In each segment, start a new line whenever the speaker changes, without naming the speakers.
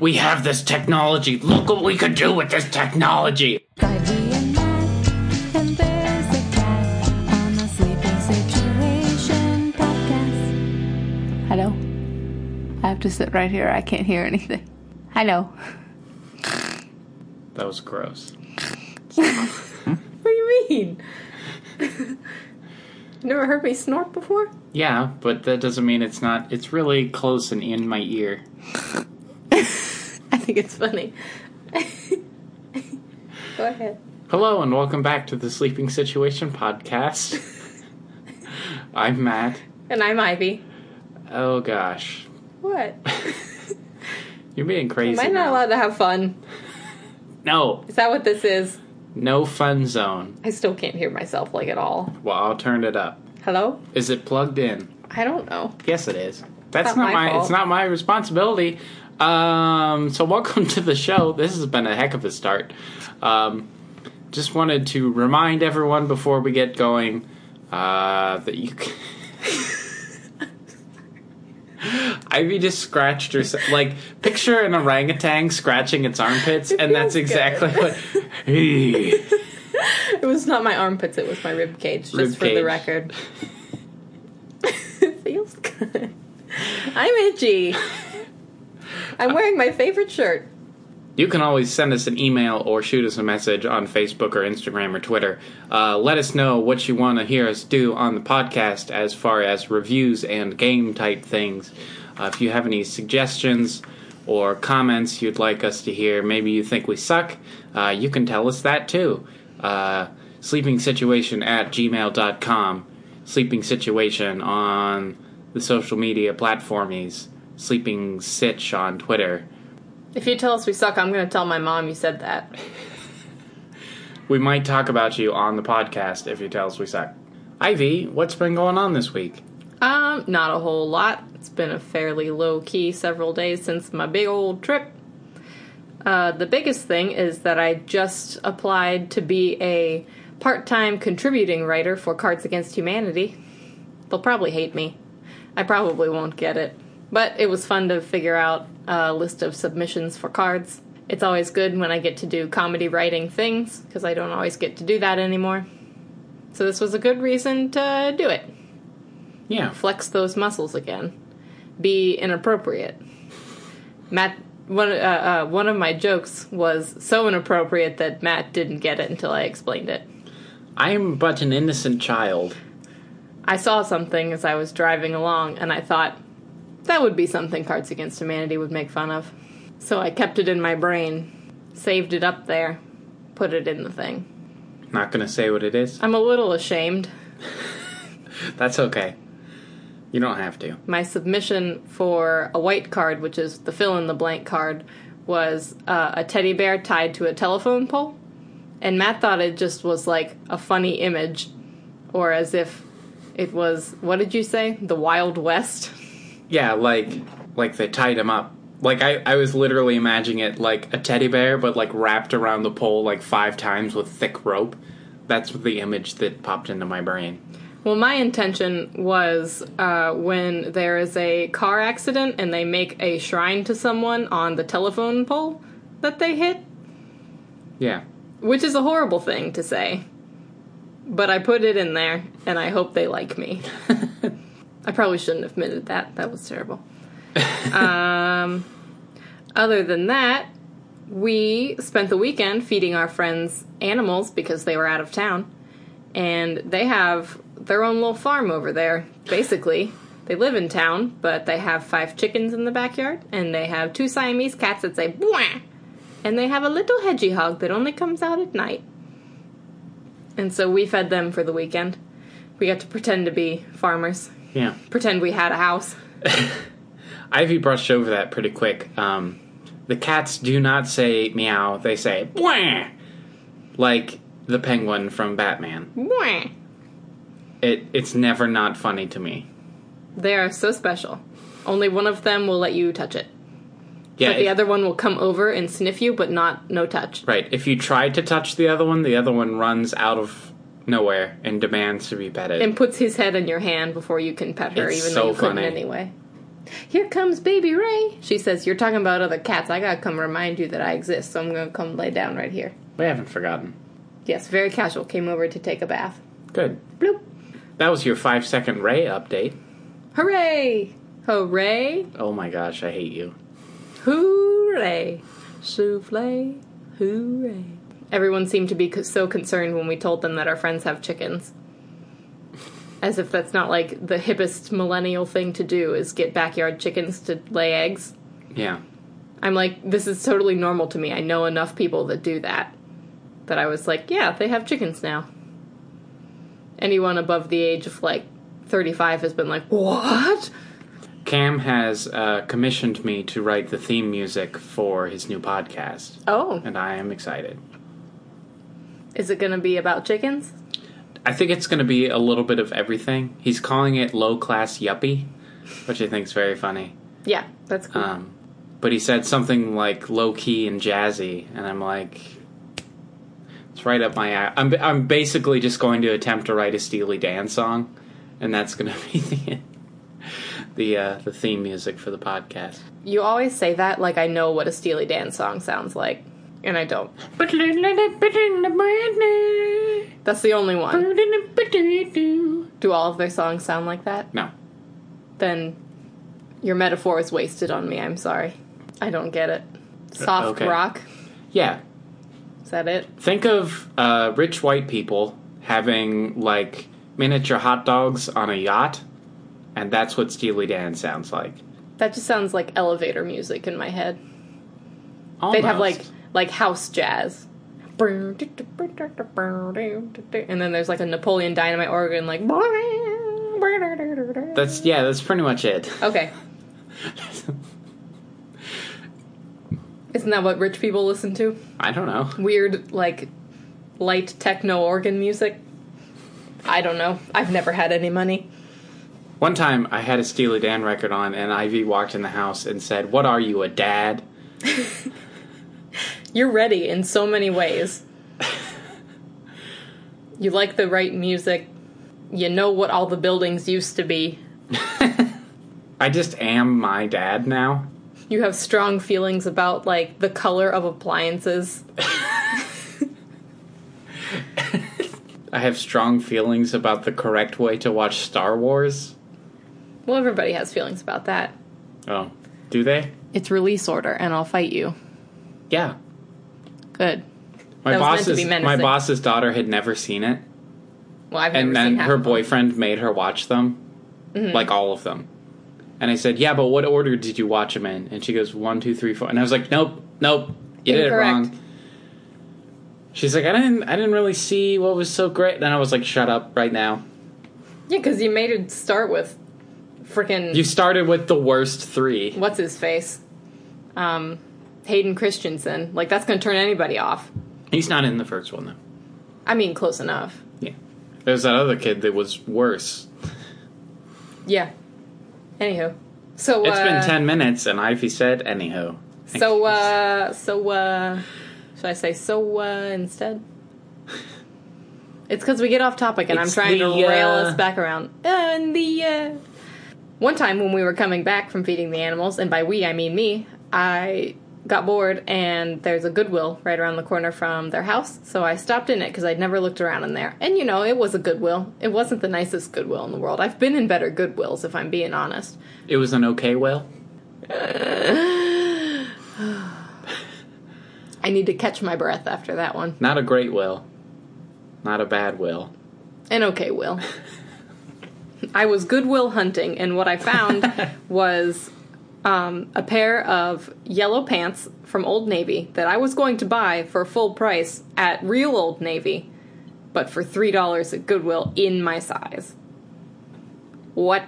We have this technology. Look what we could do with this technology.
Hello.
Hello. I have to sit right here. I can't hear anything. Hello.
That was gross.
What do you mean? Never heard me snort before?
Yeah, but that doesn't mean it's not. It's really close and in my ear.
I think it's funny. Go ahead.
Hello, and welcome back to the Sleeping Situation Podcast. I'm Matt.
And I'm Ivy.
Oh gosh,
What?
you're being crazy.
Am I not
now.
allowed to have fun?
No,
Is that what this is?
no fun zone.
I still can't hear myself like at all.
Well, I'll turn it up.
Hello?
Is it plugged in?
I don't know.
Yes, it is. That's
Not
not,
my
my.
fault.
it's not my responsibility. Um, so welcome to the show. This has been a heck of a start. Um, just wanted to remind everyone before we get going uh, that you. Can... Ivy just scratched herself. Like picture an orangutan scratching its armpits, and that's
feels
exactly what. Hey.
It was not my armpits, it was my rib cage, just
Rib
for
cage.
the record. it feels good. I'm itchy. I'm wearing my favorite shirt.
You can always send us an email or shoot us a message on Facebook or Instagram or Twitter. Uh, let us know what you want to hear us do on the podcast as far as reviews and game type things. Uh, if you have any suggestions or comments you'd like us to hear, maybe you think we suck, uh, you can tell us that too. Uh, sleeping situation at gmail.com, sleeping situation on the social media platformies, sleeping sitch on Twitter.
If you tell us we suck, I'm going to tell my mom you said that.
We might talk about you on the podcast if you tell us we suck. Ivy, what's been going on this week?
Um, not a whole lot. It's been a fairly low key several days since my big old trip. Uh, the biggest thing is that I just applied to be a part time contributing writer for Cards Against Humanity. They'll probably hate me. I probably won't get it. But it was fun to figure out a list of submissions for cards. It's always good when I get to do comedy writing things, because I don't always get to do that anymore. So this was a good reason to do it
Yeah.
flex those muscles again, be inappropriate. Matt, one uh, uh, one of my jokes was so inappropriate that Matt didn't get it until I explained it.
I'm but an innocent child.
I saw something as I was driving along, and I thought that would be something Cards Against Humanity would make fun of. So I kept it in my brain, saved it up there, put it in the thing.
Not gonna say what it is.
I'm a little ashamed.
That's okay. You don't have to.
my submission for a white card, which is the fill in the blank card, was uh, a teddy bear tied to a telephone pole. And Matt thought it just was like a funny image, or as if it was, what did you say? The Wild West?
Yeah, like like they tied him up. Like I, I was literally imagining it like a teddy bear, but like wrapped around the pole like five times with thick rope. That's the image that popped into my brain.
Well, my intention was uh, when there is a car accident and they make a shrine to someone on the telephone pole that they hit,
Yeah.
which is a horrible thing to say. But I put it in there, and I hope they like me. I probably shouldn't have admitted that. That was terrible. um, other than that, we spent the weekend feeding our friends animals because they were out of town, and they have their own little farm over there. Basically, they live in town, but they have five chickens in the backyard, and they have two Siamese cats that say "bwah." And they have a little hedgehog that only comes out at night. And so we fed them for the weekend. We got to pretend to be farmers,
Yeah.
pretend we had a house.
Ivy brushed over that pretty quick. Um, the cats do not say meow; they say "bwah," like the penguin from Batman.
Mwah.
It it's never not funny to me.
They are so special. Only one of them will let you touch it.
Yeah,
But the
if-
other one will come over and sniff you, but not no touch.
right. If you try to touch the other one, the other one runs out of nowhere and demands to be petted.
And puts his head in your hand before you can pet her,
It's
even
so
though you couldn't
funny.
anyway. Here comes baby Ray. She says, You're talking about other cats. I gotta come remind you that I exist, so I'm gonna come lay down right here.
We haven't forgotten.
Yes, very casual. Came over to take a bath.
Good.
Bloop.
That was your five second Ray update.
Hooray! Hooray!
Oh my gosh, I hate you.
Hooray! Souffle! Hooray! Everyone seemed to be co- so concerned when we told them that our friends have chickens. As if that's not like the hippest millennial thing to do is get backyard chickens to lay eggs.
Yeah.
I'm like, this is totally normal to me. I know enough people that do that. That I was like, yeah, they have chickens now. Anyone above the age of like 35 has been like, what?
Cam has uh, commissioned me to write the theme music for his new podcast,
Oh,
and I am excited.
is it gonna be about chickens?
I think it's going to be a little bit of everything. He's calling it low class yuppie, which I think is very funny.
Yeah, that's cool.
Um, but he said something like low key and jazzy, and I'm like, it's right up my. a- I'm I'm basically just going to attempt to write a Steely Dan song, and that's going to be the the uh, the theme music for the podcast.
you always say that like I know what a Steely Dan song sounds like, and I don't. That's the only one. Do all of their songs sound like that?
No,
Then your metaphor is wasted on me. I'm sorry. I don't get it. Soft
okay.
rock.
yeah,
Is that it?
Think of uh, rich white people having like miniature hot dogs on a yacht, and that's what Steely Dan sounds like.
That just sounds like elevator music in my head. They'd have like
Almost.
like house jazz. And then there's like a Napoleon Dynamite organ, like.
that's yeah, that's pretty much it.
Okay. Isn't that what rich people listen to?
I don't know.
Weird, like, light techno organ music? I don't know. I've never had any money.
One time I had a Steely Dan record on, and Ivy walked in the house and said, "What are you, a dad?"
You're ready in so many ways. you like the right music. You know what all the buildings used to be.
I just am my dad now.
You have strong feelings about, like, the color of appliances.
I have strong feelings about the correct way to watch Star Wars.
Well, everybody has feelings about that.
Oh, do they?
It's release order, and I'll fight you.
Yeah.
Good.
My
That was meant to
boss's
be
my
menacing.
boss's daughter had never seen it.
Well, I've never
and then
seen half
her
of them. Mm-hmm.
boyfriend made her watch them, like all of them. And I said, "Yeah, but what order did you watch them in?" And she goes, one, two, three, four. And I was like, "Nope, nope, you did it
Incorrect.
wrong." She's like, "I didn't, I didn't really see what was so great." Then I was like, "Shut up, right now."
Yeah, because you made it start with frickin'
You started with the worst three.
what's his face, um, Hayden Christensen. Like that's gonna turn anybody off.
He's not in the first one though.
I mean, close enough.
Yeah, there's that other kid that was worse.
Yeah. Anywho, so
It's
uh,
been ten minutes, and Ivy said, "Anyhow."
So uh, so uh, should I say so uh instead? It's because we get off topic, and
It's
I'm trying
the,
to rail
uh,
us back around. And the uh, one time when we were coming back from feeding the animals, and by we I mean me, I got bored, and there's a Goodwill right around the corner from their house, so I stopped in it because I'd never looked around in there. And you know, it was a Goodwill. It wasn't the nicest Goodwill in the world. I've been in better Goodwills, if I'm being honest.
It was an okay whale.
I need to catch my breath after that one.
Not a great will. Not a bad will.
And okay, Will. I was goodwill hunting, and what I found was um, a pair of yellow pants from Old Navy that I was going to buy for full price at real Old Navy, but for $3 at Goodwill in my size. What?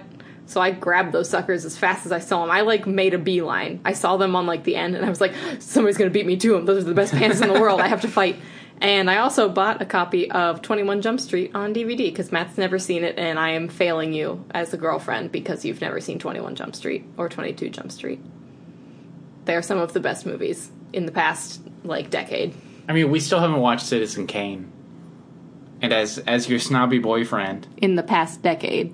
So I grabbed those suckers as fast as I saw them. I like made a beeline. I saw them on like the end, and I was like, "Somebody's gonna beat me to them. Those are the best pants in the world. I have to fight." And I also bought a copy of Twenty One Jump Street on DVD because Matt's never seen it, and I am failing you as a girlfriend because you've never seen Twenty One Jump Street or Twenty Two Jump Street. They are some of the best movies in the past like decade.
I mean, we still haven't watched Citizen Kane. And as as your snobby boyfriend,
In the past decade.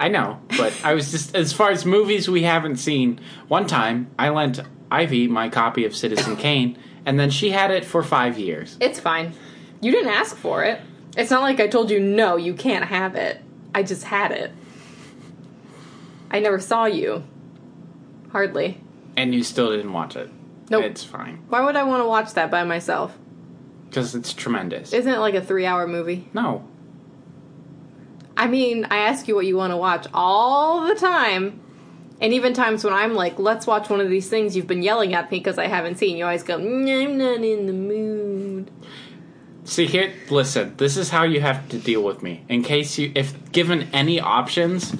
I know, but I was just as far as movies we haven't seen. One time, I lent Ivy my copy of Citizen Kane, and then she had it for five years.
It's fine. You didn't ask for it. It's not like I told you no, you can't have it. I just had it. I never saw you. Hardly.
And you still didn't watch it.
Nope.
It's fine
Why would I want to watch that by myself?
because it's tremendous.
Isn't it like a three hour movie?
no,
I mean, I ask you what you want to watch all the time. And even times when I'm like, let's watch one of these things you've been yelling at me because I haven't seen, you always go, "Mm, I'm not in the mood.
See here, listen. This is how you have to deal with me. In case you, if given any options,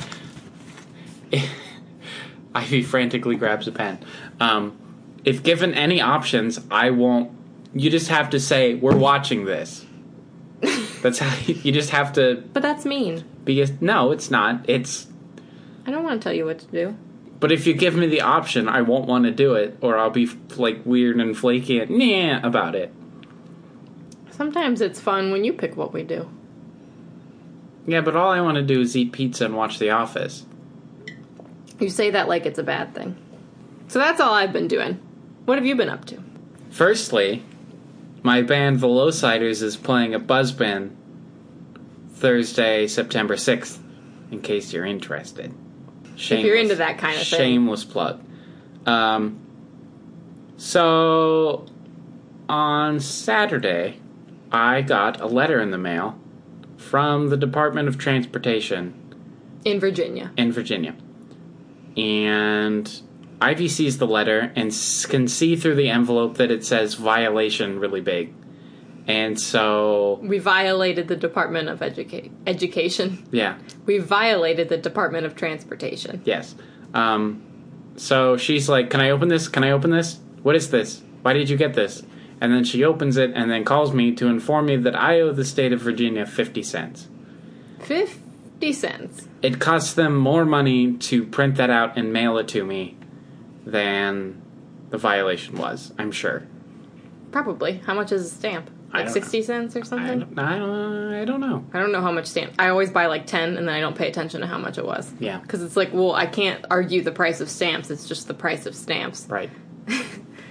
Ivy frantically grabs a pen. Um, if given any options, I won't. You just have to say we're watching this. That's how you, you just have to
But that's mean.
be. A, no, it's not. It's.
I don't want to tell you what to do.
But if you give me the option, I won't want to do it, or I'll be like weird and flaky and nah about it.
Sometimes it's fun when you pick what we do.
Yeah, but all I want to do is eat pizza and watch The Office.
You say that like it's a bad thing. So that's all I've been doing. What have you been up to?
Firstly, my band Velociders is playing a buzz band Thursday, September 6th, in case you're interested. Shameless,
into that kind of thing.
Shameless plug. Um, so, on Saturday, I got a letter in the mail from the Department of Transportation
In Virginia.
in Virginia. And Ivy sees the letter and s- can see through the envelope that it says violation really big. And so,
We violated the Department of Educa- Education.
yeah,
We violated the Department of Transportation.
yes. Um, so she's like, Can I open this? Can I open this? What is this? Why did you get this? And then she opens it and then calls me to inform me that I owe the state of Virginia 50 cents.
50 cents.
It costs them more money to print that out and mail it to me than the violation was, I'm sure.
Probably. How much is a stamp?
I
Like
don't
60 cents or
I
something?
don't, I don't, I don't know.
I don't know how much stamp. I always buy like 10 and then I don't pay attention to how much it was.
Yeah.
Because it's like, well, I can't argue the price of stamps. It's just the price of stamps.
Right.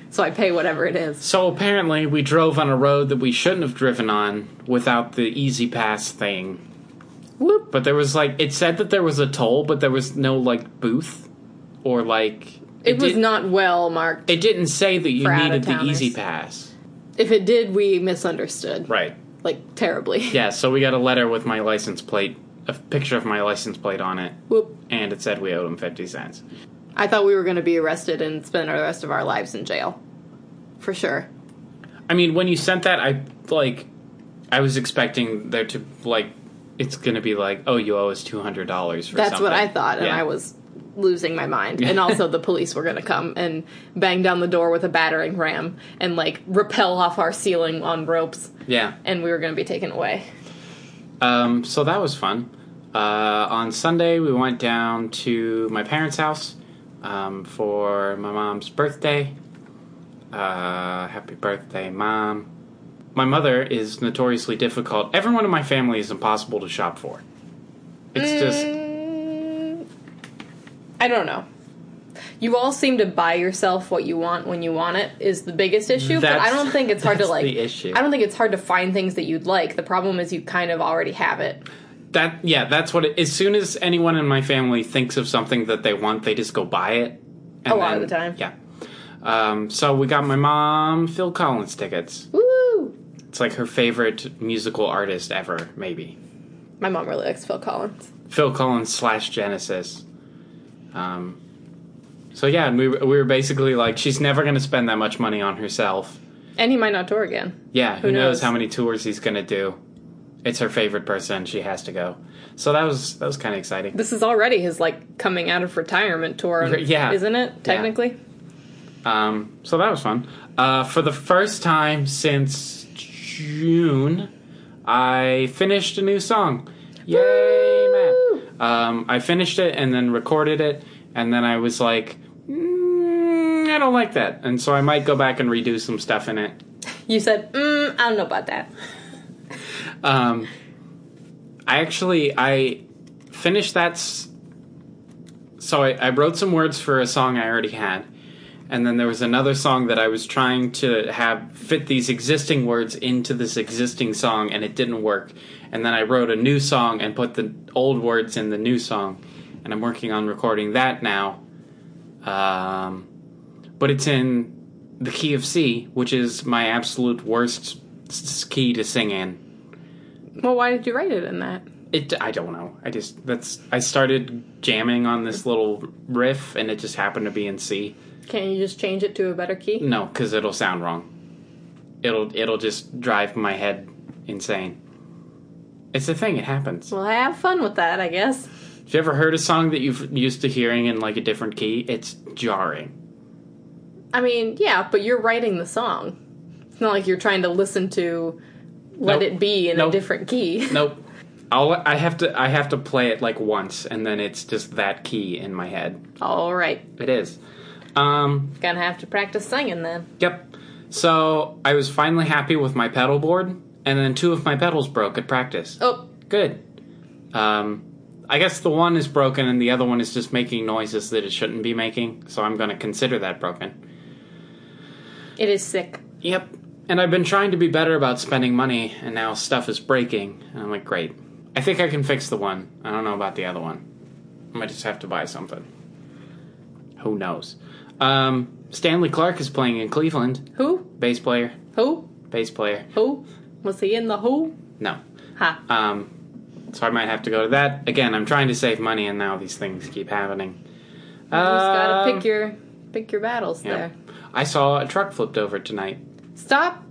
So I pay whatever it is.
So apparently, we drove on a road that we shouldn't have driven on without the Easy Pass thing.
Whoop.
But there was like, it said that there was a toll, but there was no like booth or like.
It, was
did-
not well marked.
It didn't say that you
For
needed the
out-of-towners.
Easy Pass.
If it did, we misunderstood.
Right.
Like, terribly.
Yeah. So we got a letter with my license plate, a picture of my license plate on it,
Whoop.
and it said we owed him fifty cents.
I thought we were going to be arrested and spend the rest of our lives in jail. For sure.
I mean, when you sent that, I like, I was expecting there to like, it's gonna be like, oh, you owe us two hundred dollars.
That's what I thought, and
Yeah.
I was losing my mind. And also, the police were going to come and bang down the door with a battering ram and like rappel off our ceiling on ropes,
Yeah.
and we were going to be taken away.
Um, so that was fun. Uh, on Sunday, we went down to my parents' house um, for my mom's birthday. Uh, happy birthday, mom. My mother is notoriously difficult. Everyone in my family is impossible to shop for. It's just
Mm, I don't know. You all seem to buy yourself what you want when you want it is the biggest issue, but I
That's-
don't think it's hard to
that's
like.
the issue.
I don't think it's hard to find things that you'd like. The problem is you kind of already have it.
that. Yeah, that's what. It, as soon as anyone in my family thinks of something that they want, they just go buy it. And
A lot of the time.
Yeah. Um, so we got my mom Phil Collins tickets.
Woo!
It's like her favorite musical artist ever, maybe.
My mom really likes Phil Collins.
Phil Collins slash Genesis. Um, so yeah, and we were- we were basically like, she's never going to spend that much money on herself.
And he might not tour again.
Yeah, who,
Who
knows?
knows?
how many tours he's going to do? It's her favorite person. She has to go. So that was that was kind of exciting.
This is already his like coming out of retirement tour,
Yeah.
isn't it? Technically,
Um, so that was fun. Uh, for the first time since June, I finished a new song. Yay, man! Um, I finished it and then recorded it, and then I was like, mm, I don't like that, and so I might go back and redo some stuff in it.
you said, mm, "I don't know about that."
Um, I actually I finished that s- so I, I wrote some words for a song I already had, and then there was another song that I was trying to have fit these existing words into this existing song, and it didn't work. And then I wrote a new song and put the old words in the new song, and I'm working on recording that now. Um, but it's in the key of C, which is my absolute worst s- s- key to sing in.
Well, why did you write it in that?
It I don't know. I just that's I started jamming on this little riff and it just happened to be in C.
Can't you just change it to a better key?
No, cuz it'll sound wrong. It'll it'll just drive my head insane. It's a thing, it happens.
Well, have fun with that, I guess.
If you ever heard a song that you've used to hearing in like a different key, it's jarring.
I mean, yeah, but you're writing the song. It's not like you're trying to listen to Let
Nope.
It Be in
Nope.
a different key.
Nope. I'll, I have to I have to play it like once and then it's just that key in my head.
All right.
It is. Um
Gonna have to practice singing then.
Yep. So I was finally happy with my pedal board, and then two of my pedals broke at practice.
Oh,
Good. Um, I guess the one is broken and the other one is just making noises that it shouldn't be making, so I'm going to consider that broken.
it is sick.
Yep. And I've been trying to be better about spending money, and now stuff is breaking, and I'm like, great. I think I can fix the one. I don't know about the other one. I might just have to buy something. Who knows? Um, Stanley Clark is playing in Cleveland.
Who?
Bass player.
Who?
Bass player.
Who? Was he in the who?
No.
Ha.
Um, so I might have to go to that again. I'm trying to save money, and now these things keep happening.
You just gotta
Um,
pick your pick your battles
yeah.
there.
I saw a truck flipped over tonight.
Stop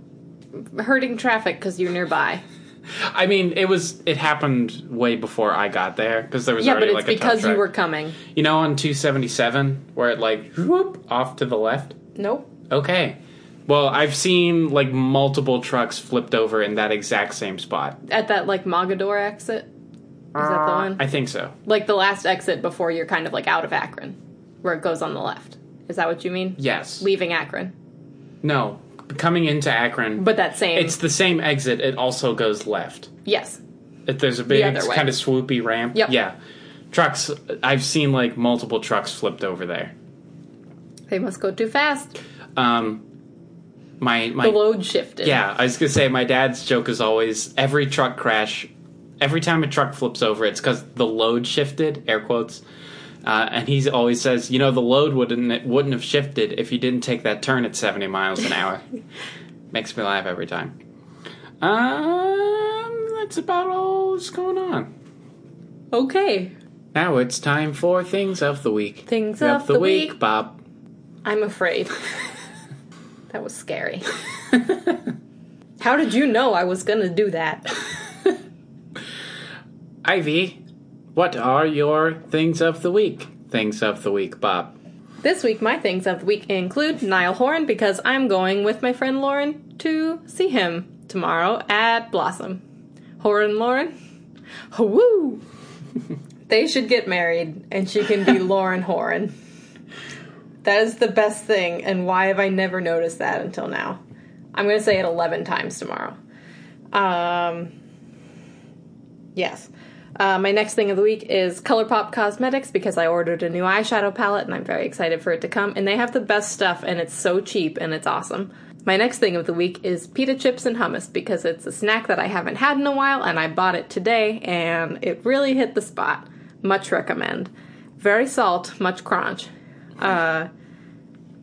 hurting traffic because you're nearby.
I mean, it was it happened way before I got there because there was
yeah, but
already
it's
like a tow
because you
truck.
were coming.
you know on 277 where it like whoop off to the left.
Nope.
Okay. Well, I've seen like multiple trucks flipped over in that exact same spot. Is
At that like Mogador exit. Is that
Uh,
the one?
I think so.
like the last exit before you're kind of like out of Akron, where it goes on the left. Is that what you mean?
Yes.
Leaving Akron,
no, coming into Akron.
but that same.
it's the same exit. It also goes left.
yes.
If there's a big
other way.
kind of swoopy ramp.
Yep.
Yeah. Trucks I've seen like multiple trucks flipped over there.
They must go too fast.
Um my my
The load shifted.
Yeah, I was going to say my dad's joke is always every truck crash every time a truck flips over it's cuz the load shifted, air quotes. Uh, and he always says, you know, the load wouldn't wouldn't have shifted if you didn't take that turn at 70 miles an hour. Makes me laugh every time. Um, that's about all that's going on.
Okay.
Now it's time for things of the week.
Things
of, the, week,
week.
Bob.
I'm afraid. that was scary. How did you know I was gonna do that?
Ivy, what are your things of the week? Things of the week, Bob.
This week, my things of the week include Niall Horn because I'm going with my friend Lauren to see him tomorrow at Blossom. Horn Lauren, woo! they should get married, and she can be Lauren Horan. That is the best thing, and why have I never noticed that until now? I'm going to say it 11 times tomorrow. Um, yes. Uh, my next thing of the week is ColourPop Cosmetics because I ordered a new eyeshadow palette and I'm very excited for it to come. And they have the best stuff, and it's so cheap and it's awesome. My next thing of the week is pita chips and hummus because it's a snack that I haven't had in a while and I bought it today and it really hit the spot. Much recommend. Very salt, much crunch. Uh,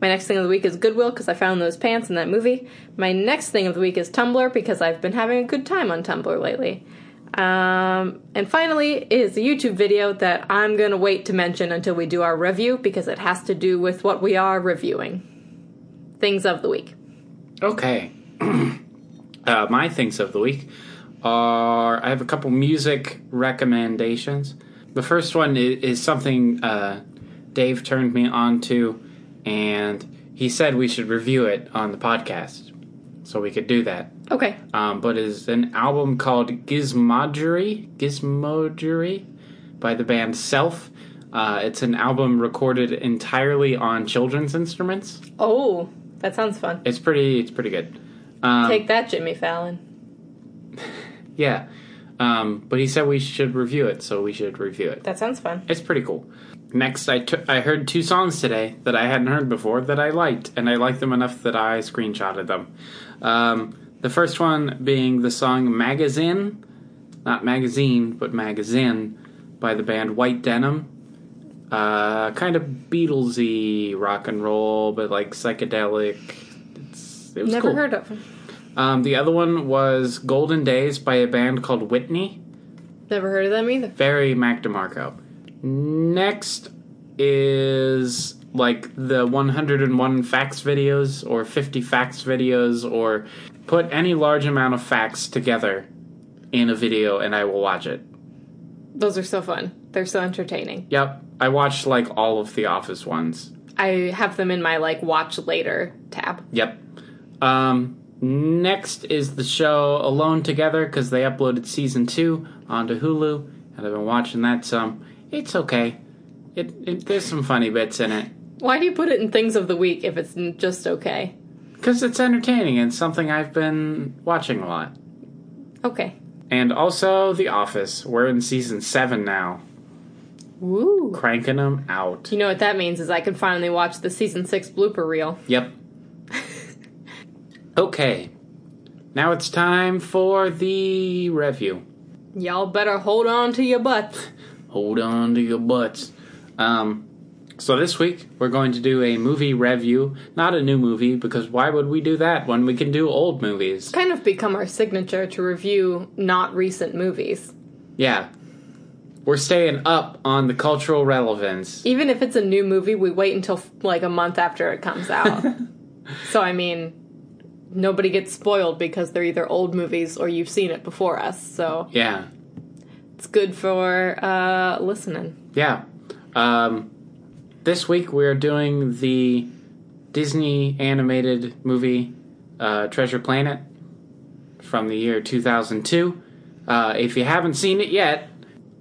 my next thing of the week is Goodwill because I found those pants in that movie. My next thing of the week is Tumblr because I've been having a good time on Tumblr lately. Um, and finally is a YouTube video that I'm going to wait to mention until we do our review because it has to do with what we are reviewing. Things of the week.
Okay. uh, my things of the week are I have a couple music recommendations. The first one is, is something uh, Dave turned me on to, and he said we should review it on the podcast. So we could do that.
Okay.
um, but is an album called Gizmodery, Gizmodery, by the band Self. Uh, it's an album recorded entirely on children's instruments.
Oh, that sounds fun.
It's pretty. It's pretty good. Um,
Take that, Jimmy Fallon.
yeah, um, but he said we should review it, so we should review it.
That sounds fun.
It's pretty cool. Next, I took- I heard two songs today that I hadn't heard before that I liked, and I liked them enough that I screenshotted them. Um, the first one being the song Magazine, not magazine, but magazine, by the band White Denim. Uh, kind of Beatlesy rock and roll, but like psychedelic. It's, it was
Never
cool.
heard of them.
Um, the other one was Golden Days by a band called Whitney.
Never heard of them either.
Very Mac DeMarco. Next is like the 101 facts videos or 50 facts videos or put any large amount of facts together in a video and I will watch it.
Those are so fun. They're so entertaining.
Yep, I watched like all of the Office ones.
I have them in my like watch later tab.
Yep. Um, next is the show Alone Together because they uploaded season two onto Hulu, and I've been watching that some. It's okay. It, it there's some funny bits in it
Why do you put it in things of the week if it's n- just okay?
because it's entertaining and something I've been watching a lot.
Okay.
And also The Office. We're in season seven now,
Woo.
cranking them out.
You know what that means is I can finally watch the season six blooper reel.
Yep. okay. Now it's time for the review.
Y'all better hold on to your butts.
Hold on to your butts. Um, so this week we're going to do a movie review, not a new movie, because why would we do that when we can do old movies?
Kind of become our signature to review not recent movies.
Yeah, we're staying up on the cultural relevance.
Even if it's a new movie, we wait until f- like a month after it comes out. so I mean, nobody gets spoiled because they're either old movies or you've seen it before us. So
Yeah,
it's good for uh, listening.
yeah. Um, this week we are doing the Disney animated movie uh, Treasure Planet from the year 2002. Uh, if you haven't seen it yet,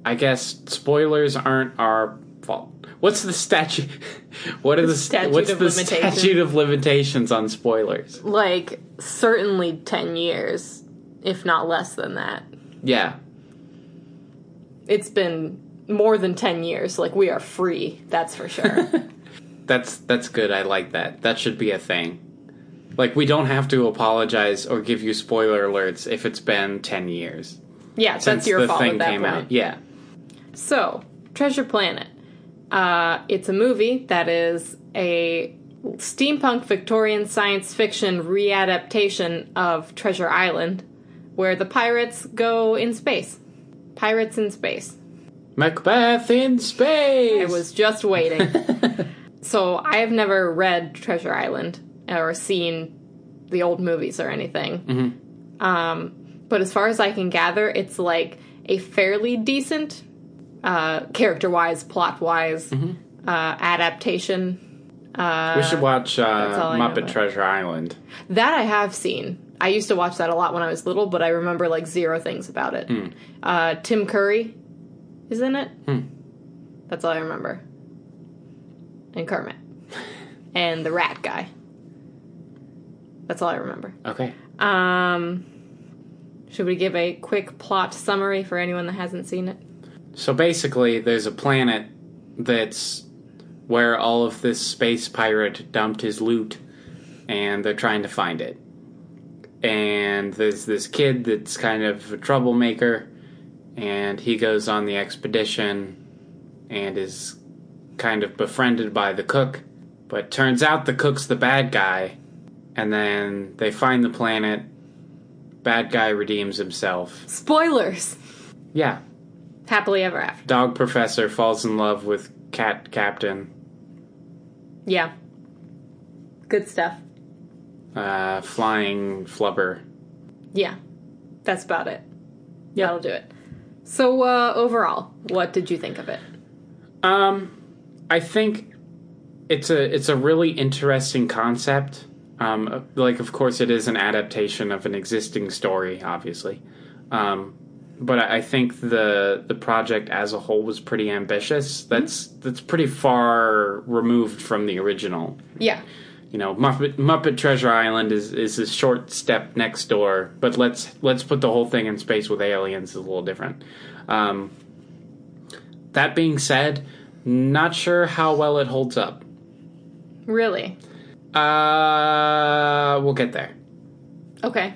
I guess spoilers aren't our fault. What's the statute? What are the, st-
statute
what's
of
the
limitations.
statute of limitations on spoilers?
Like certainly ten years, if not less than that.
Yeah,
It's been more than ten years. Like we are free. That's for sure.
that's that's good. I like that. That should be a thing. Like we don't have to apologize or give you spoiler alerts if it's been ten years
yeah,
since
that's your
the
fault
thing
at that
came
point.
out. Yeah,
So, Treasure Planet. Uh, it's a movie that is a steampunk Victorian science fiction readaptation of Treasure Island, where the pirates go in space. Pirates in space.
Macbeth in space.
I was just waiting. so, I have never read Treasure Island or seen the old movies or anything. Um, but as far as I can gather, it's like a fairly decent uh, character wise, plot wise uh, adaptation.
we should watch
all
uh,
I know
Muppet
about it.
Treasure Island.
That I have seen. I used to watch that a lot when I was little, but I remember like zero things about it. Uh, Tim Curry, isn't it? That's all I remember. And Kermit. and the rat guy. That's all I remember.
Okay.
Um, should we give a quick plot summary for anyone that hasn't seen it?
So basically, there's a planet that's where all of this space pirate dumped his loot, and they're trying to find it. And there's this kid that's kind of a troublemaker, and he goes on the expedition and is kind of befriended by the cook. But turns out the cook's the bad guy, and then they find the planet. Bad guy redeems himself.
Spoilers!
Yeah,
Happily ever after.
dog professor falls in love with cat captain.
Yeah. Good stuff.
Uh, flying flubber.
Yeah. That's about it.
Yeah.
That'll do it. So, uh, overall, what did you think of it?
Um, I think it's a it's a really interesting concept. Um, like, of course, it is an adaptation of an existing story, obviously. Um, but I I think the the project as a whole was pretty ambitious. That's that's pretty far removed from the original.
Yeah.
you know Muppet, Muppet Treasure Island is is a short step next door, but let's let's put the whole thing in space with aliens is a little different. Um, that being said, Not sure how well it holds up.
Really?
Uh, we'll get there.
Okay.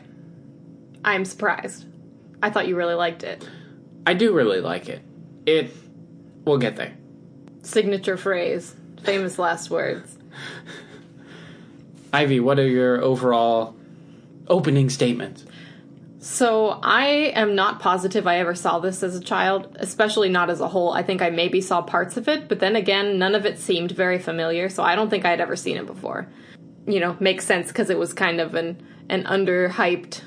I'm surprised. I thought you really liked it.
I do really like it. It. We'll get there.
Signature phrase, famous last words.
Ivy, what are your overall opening statements?
So I am not positive I ever saw this as a child, especially not as a whole. I think I maybe saw parts of it, but then again, none of it seemed very familiar, so I don't think I'd ever seen it before. You know, makes sense because it was kind of an an underhyped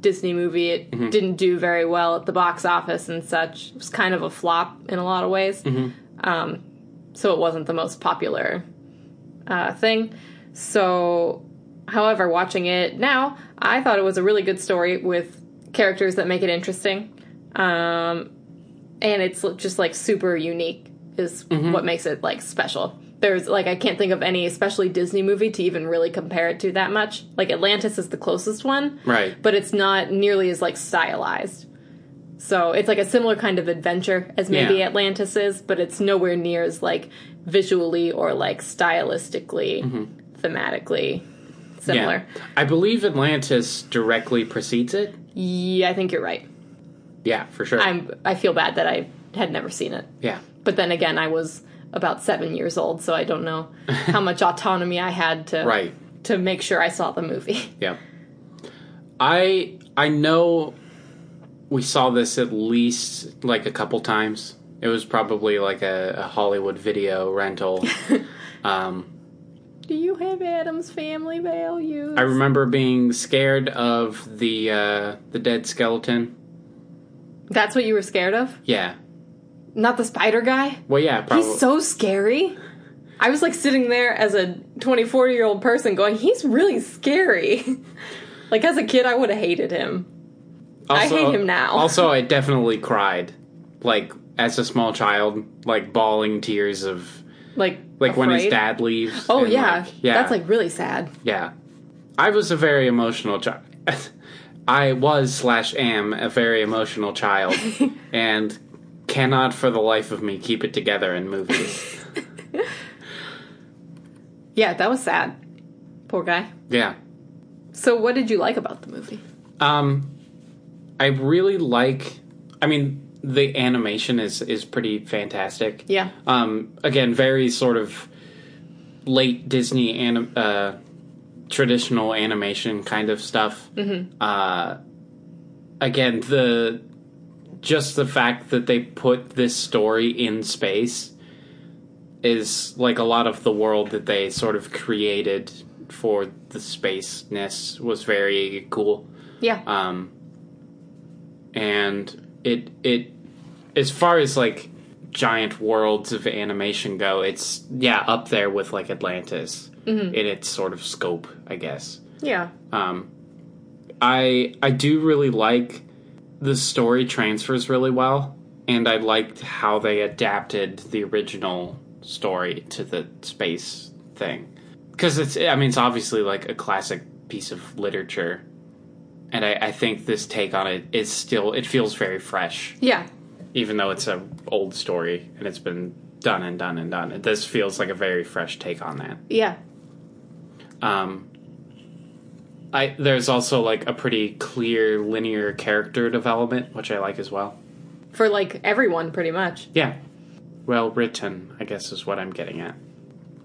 Disney movie. It didn't do very well at the box office and such. It was kind of a flop in a lot of ways. Um, so it wasn't the most popular uh, thing. So, however, watching it now, I thought it was a really good story with characters that make it interesting. Um, and it's l- just like super unique, is what makes it like special. There's like, I can't think of any, especially Disney movie, to even really compare it to that much. Like, Atlantis is the closest one
Right.
but it's not nearly as like stylized. So it's like a similar kind of adventure as maybe
Yeah.
Atlantis is, but it's nowhere near as like visually or like stylistically,
Mm-hmm.
thematically similar.
Yeah. I believe Atlantis directly precedes it.
Yeah. I think you're right.
Yeah, for sure.
I'm I feel bad that I had never seen it.
yeah.
But then again, I was about 7 years old, so I don't know how much autonomy I had to
Right.
to make sure I saw the movie.
Yeah. I I know we saw this at least like a couple times. It was probably like a, a Hollywood video rental. um,
Do you have Adam's family values?
I remember being scared of the uh, the dead skeleton.
That's what you were scared of?
Yeah.
Not the spider guy?
Well, yeah. Probably.
He's so scary. I was like sitting there as a 24 year old person going, he's really scary. like as a kid, I would have hated him. I hate him now.
also, I definitely cried, like as a small child, like bawling tears of
Like,
like when his
afraid.
dad leaves.
Oh
and,
yeah.
like, yeah.
that's like really sad.
Yeah. I was a very emotional child. I was slash am a very emotional child and cannot for the life of me keep it together in movies.
Yeah, that was sad. Poor guy.
yeah.
So, what did you like about the movie?
Um I really like I mean the animation is is pretty fantastic.
Yeah,
Um again very sort of late Disney anim- uh traditional animation kind of stuff. uh, again the just the fact that they put this story in space is like a lot of the world that they sort of created for the spaceness was very cool
yeah,
um, and it it as far as like giant worlds of animation go it's yeah up there with like atlantis in its sort of scope i guess
yeah,
um, I I do really like the story transfers really well, and I liked how they adapted the original story to the space thing because it's I mean it's obviously like a classic piece of literature, and I, I think this take on it is still it feels very fresh,
yeah,
even though it's a old story and it's been done and done and done. This feels like a very fresh take on that.
yeah,
Um, I there's also like a pretty clear linear character development, which I like as well.
for like everyone pretty much.
Yeah, well written, I guess is what I'm getting at.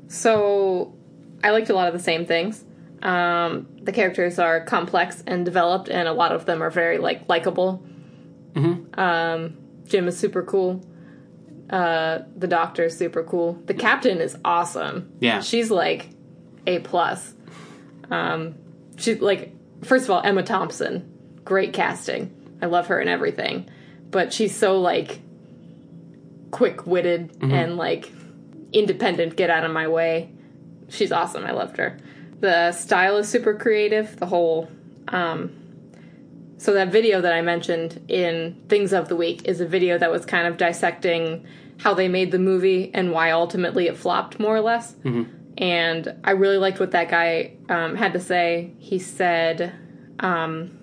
So I liked a lot of the same things. Um, the characters are complex and developed, and a lot of them are very like likable. Um, Jim is super cool. Uh, the doctor is super cool. The captain is awesome.
Yeah.
she's like a plus. Um, she like first of all Emma Thompson, great casting. I love her and everything, but she's so like quick witted and like independent. Get out of my way. She's awesome. I loved her. The style is super creative. The whole um, so that video that I mentioned in Things of the Week is a video that was kind of dissecting how they made the movie and why ultimately it flopped, more or less. And I really liked what that guy um, had to say. He said, um,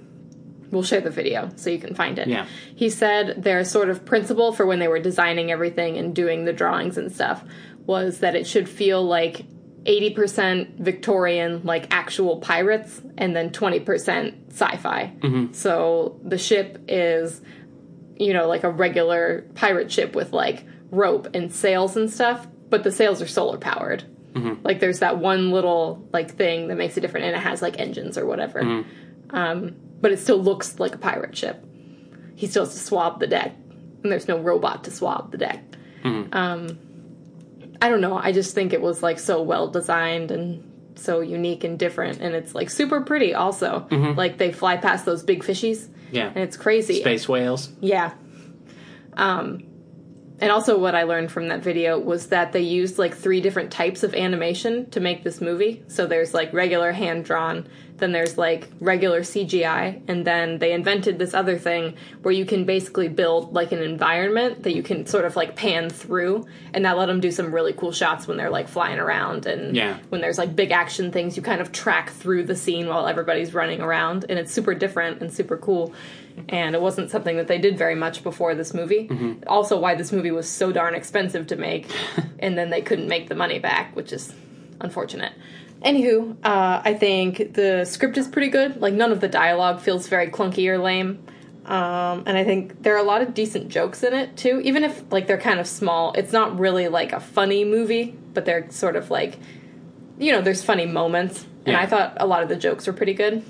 We'll share the video so you can find it.
Yeah.
He said their sort of principle for when they were designing everything and doing the drawings and stuff was that it should feel like 80% Victorian, like actual pirates, and then 20% sci fi. So the ship is, you know, like a regular pirate ship with like rope and sails and stuff, but the sails are solar powered. Like there's that one little like thing that makes it different, and it has like engines or whatever. Um, but it still looks like a pirate ship. He still has to swab the deck, and there's no robot to swab the deck. Um, I don't know. I just think it was like so well designed and so unique and different, and it's like super pretty. Also, like they fly past those big fishies,
Yeah.
and it's crazy.
Space whales.
Yeah. Um, and also, what I learned from that video was that they used like three different types of animation to make this movie. So there's like regular hand drawn, then there's like regular CGI, and then they invented this other thing where you can basically build like an environment that you can sort of like pan through, and that let them do some really cool shots when they're like flying around and
Yeah.
when there's like big action things, you kind of track through the scene while everybody's running around, and it's super different and super cool. And it wasn't something that they did very much before this movie. Also, why this movie was so darn expensive to make, and then they couldn't make the money back, which is unfortunate. Anywho, uh, I think the script is pretty good. Like, none of the dialogue feels very clunky or lame. Um, and I think there are a lot of decent jokes in it too, even if like they're kind of small. It's not really like a funny movie, but they're sort of like you know, there's funny moments, and
Yeah.
I thought a lot of the jokes were pretty good.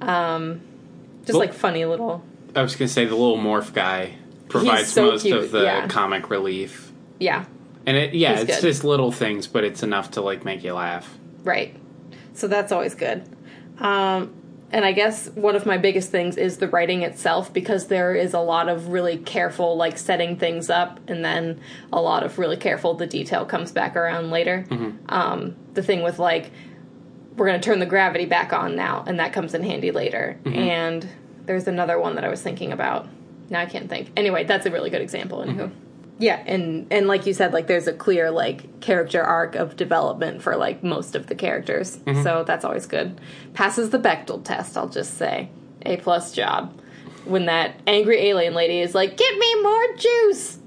Um, just
Well-
like funny little,
I was gonna say the little morph guy provides
so
most
cute,
of the
yeah.
comic relief,
yeah,
and it yeah,
He's
it's
good.
just little things, but it's enough to like make you laugh.
right. So that's always good. Um, and I guess one of my biggest things is the writing itself because there is a lot of really careful like setting things up, and then a lot of really careful the detail comes back around later. Um, the thing with like we're going to turn the gravity back on now, and that comes in handy later. And there's another one that I was thinking about. Now I can't think. Anyway, that's a really good example. And yeah, and and like you said, like there's a clear like character arc of development for like most of the characters, so that's always good. Passes the Bechtel test, I'll just say, a plus job. When that angry alien lady is like, "Give me more juice,"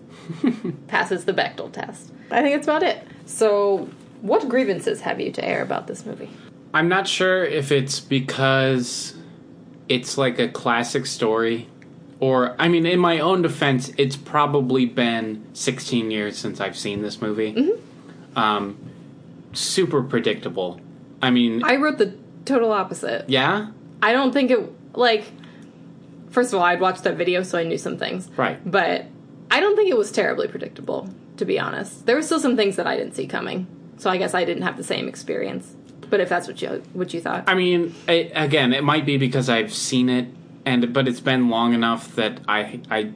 passes the Bechtel test. I think that's about it. So, what grievances have you to air about this movie?
I'm not sure if it's because it's like a classic story, or I mean, in my own defense, it's probably been 16 years since I've seen this movie. Um, super predictable. I mean,
I wrote the total opposite.
yeah,
I don't think it like. First of all, I'd watched that video, so I knew some things.
right.
But I don't think it was terribly predictable, to be honest. There were still some things that I didn't see coming, so I guess I didn't have the same experience. But if that's what you what you thought,
I mean, it, again, it might be because I've seen it, and but it's been long enough that I I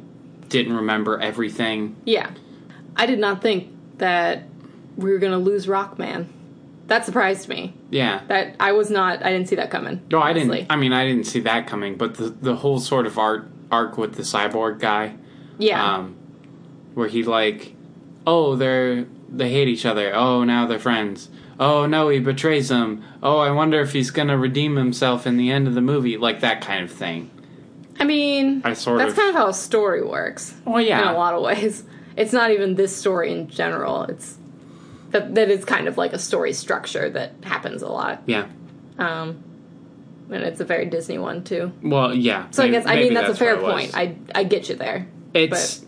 didn't remember everything.
yeah, I did not think that we were gonna lose Rockman. That surprised me.
Yeah.
That I was not. I didn't see that coming.
No, I didn't.
honestly.
I mean, I didn't see that coming. But the the whole sort of art arc with the cyborg guy,
yeah,
um, where he like, oh, they're they hate each other. Oh, now they're friends. Oh no, he betrays them. Oh, I wonder if he's gonna redeem himself in the end of the movie, like that kind of thing.
I mean,
I sort
that's
of-
kind of how a story works.
Well, yeah.
in a lot of ways. It's not even this story in general. It's that that is kind of like a story structure that happens a lot.
Yeah.
Um, and it's a very Disney one too.
Well, yeah.
So
May-
I guess I
maybe
mean that's, a fair
what it was.
point. I I get you there.
It's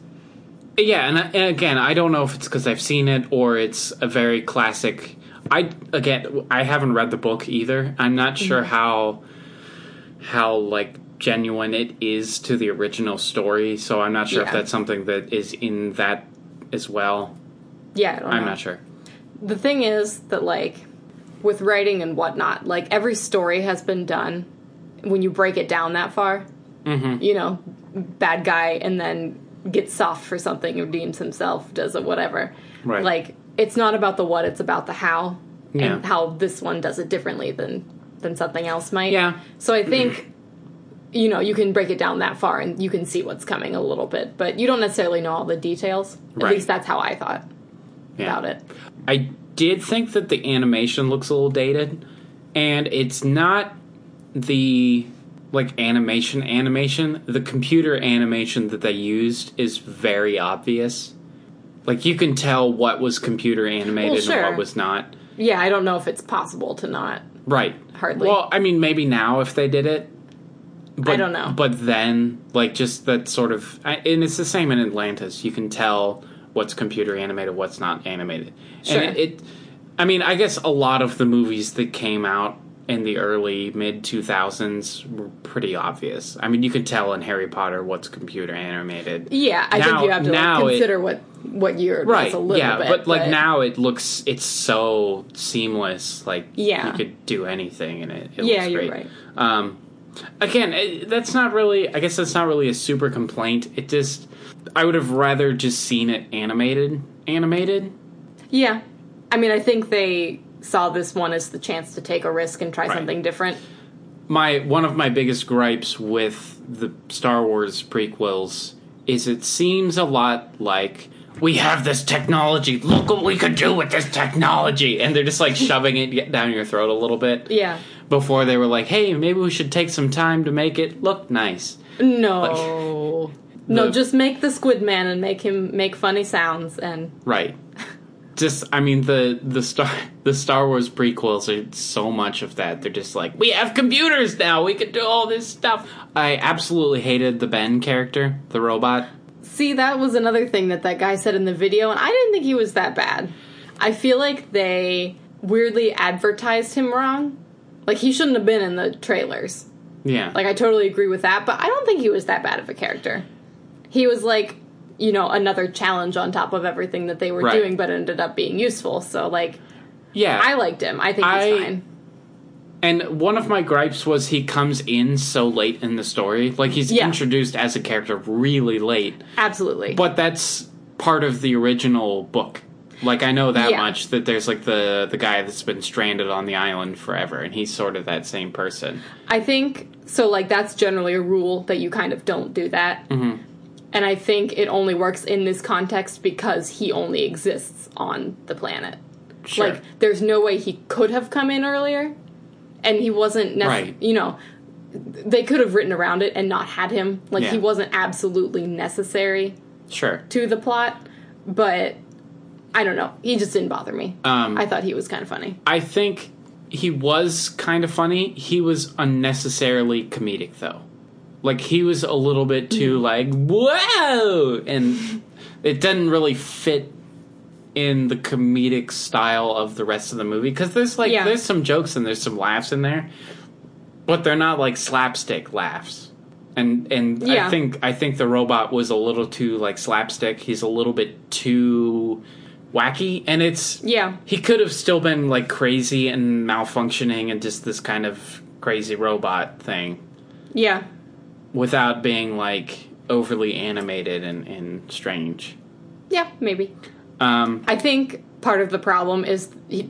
yeah, and, I, and again, I don't know if it's because I've seen it or it's a very classic. I again, I haven't read the book either. I'm not
Mm-hmm.
sure how how like genuine it is to the original story. So I'm not sure if
Yeah.
that's something that is in that as well.
Yeah, I don't
I'm
know.
not sure.
the thing is that like with writing and whatnot like every story has been done when you break it down that far
Mm-hmm.
you know bad guy and then gets soft for something redeems himself does it whatever
Right.
like it's not about the what it's about the how
Yeah.
and how this one does it differently than than something else might
Yeah.
so i think you know you can break it down that far and you can see what's coming a little bit but you don't necessarily know all the details
Right.
at least that's how i thought
Yeah.
about it
I did think that the animation looks a little dated, and it's not the like animation animation, the computer animation that they used is very obvious. Like you can tell what was computer animated
Well,
and
sure.
what was not.
Yeah, I don't know if it's possible to not.
Right.
Hardly.
Well, I mean, maybe now if they did it. But,
don't know.
But then, like, just that sort of, I- and it's the same in Atlantis. You can tell what's computer animated, what's not animated.
Sure.
And it, it, I mean, I guess a lot of the movies that came out in the early mid two thousands were pretty obvious. I mean, you can tell in Harry Potter what's computer animated.
Yeah, I think
Now-
you have to like,
now it-
consider what what year it
Right.
was a little
yeah,
bit.
but like now it looks it's so seamless. Like
Yeah.
you could do anything in it. it
Yeah,
looks
you're
great.
right.
Um, again, eh, that's not really. I guess that's not really a super complaint. It just I would have rather just seen it animated. Animated.
Yeah, I mean, I think they saw this one as the chance to take a risk and try
Right.
something different.
My one of my biggest gripes with the Star Wars prequels is it seems a lot like. We have this technology. Look what we could do with this technology, and they're just like shoving it down your throat a little bit.
Yeah,
before they were like, "Hey, maybe we should take some time to make it look nice."
no, no,
The-
just make the Squid Man and make him make funny sounds and
Right. Just I mean the the star the Star Wars prequels are so much of that. They're just like, "We have computers now. We can do all this stuff." I absolutely hated the Ben character, the robot.
See, that was another thing that that guy said in the video, and I didn't think he was that bad. I feel like they weirdly advertised him wrong. Like, he shouldn't have been in the trailers.
Yeah.
Like, I totally agree with that, but I don't think he was that bad of a character. He was like, you know, another challenge on top of everything that they were
Right.
doing, but ended up being useful. So, like,
yeah.
I liked him. I think he's
I-
fine.
And one of my gripes was he comes in so late in the story. Like he's
Yeah.
introduced as a character really late.
Absolutely.
But that's part of the original book. Like I know that
Yeah.
much that there's like the the guy that's been stranded on the island forever and he's sort of that same person.
I think so. Like that's generally a rule that you kind of don't do that.
Mm-hmm.
And I think it only works in this context because he only exists on the planet.
Sure.
Like there's no way he could have come in earlier, and he wasn't. Nece-
Right.
You know, they could have written around it and not had him. Like he
Yeah.
wasn't absolutely necessary
sure.
to the plot, but. I don't know. He just didn't bother me.
Um,
I thought he was kind of funny.
I think he was kind of funny. He was unnecessarily comedic though. Like he was a little bit too
Mm.
like whoa and it didn't really fit in the comedic style of the rest of the movie cuz there's like
Yeah.
there's some jokes and there's some laughs in there but they're not like slapstick laughs. And and
Yeah.
I think I think the robot was a little too like slapstick. He's a little bit too wacky and it's
Yeah.
he could have still been like crazy and malfunctioning and just this kind of crazy robot thing
Yeah.
without being like overly animated and, and strange.
Yeah, maybe.
Um,
I think part of the problem is he,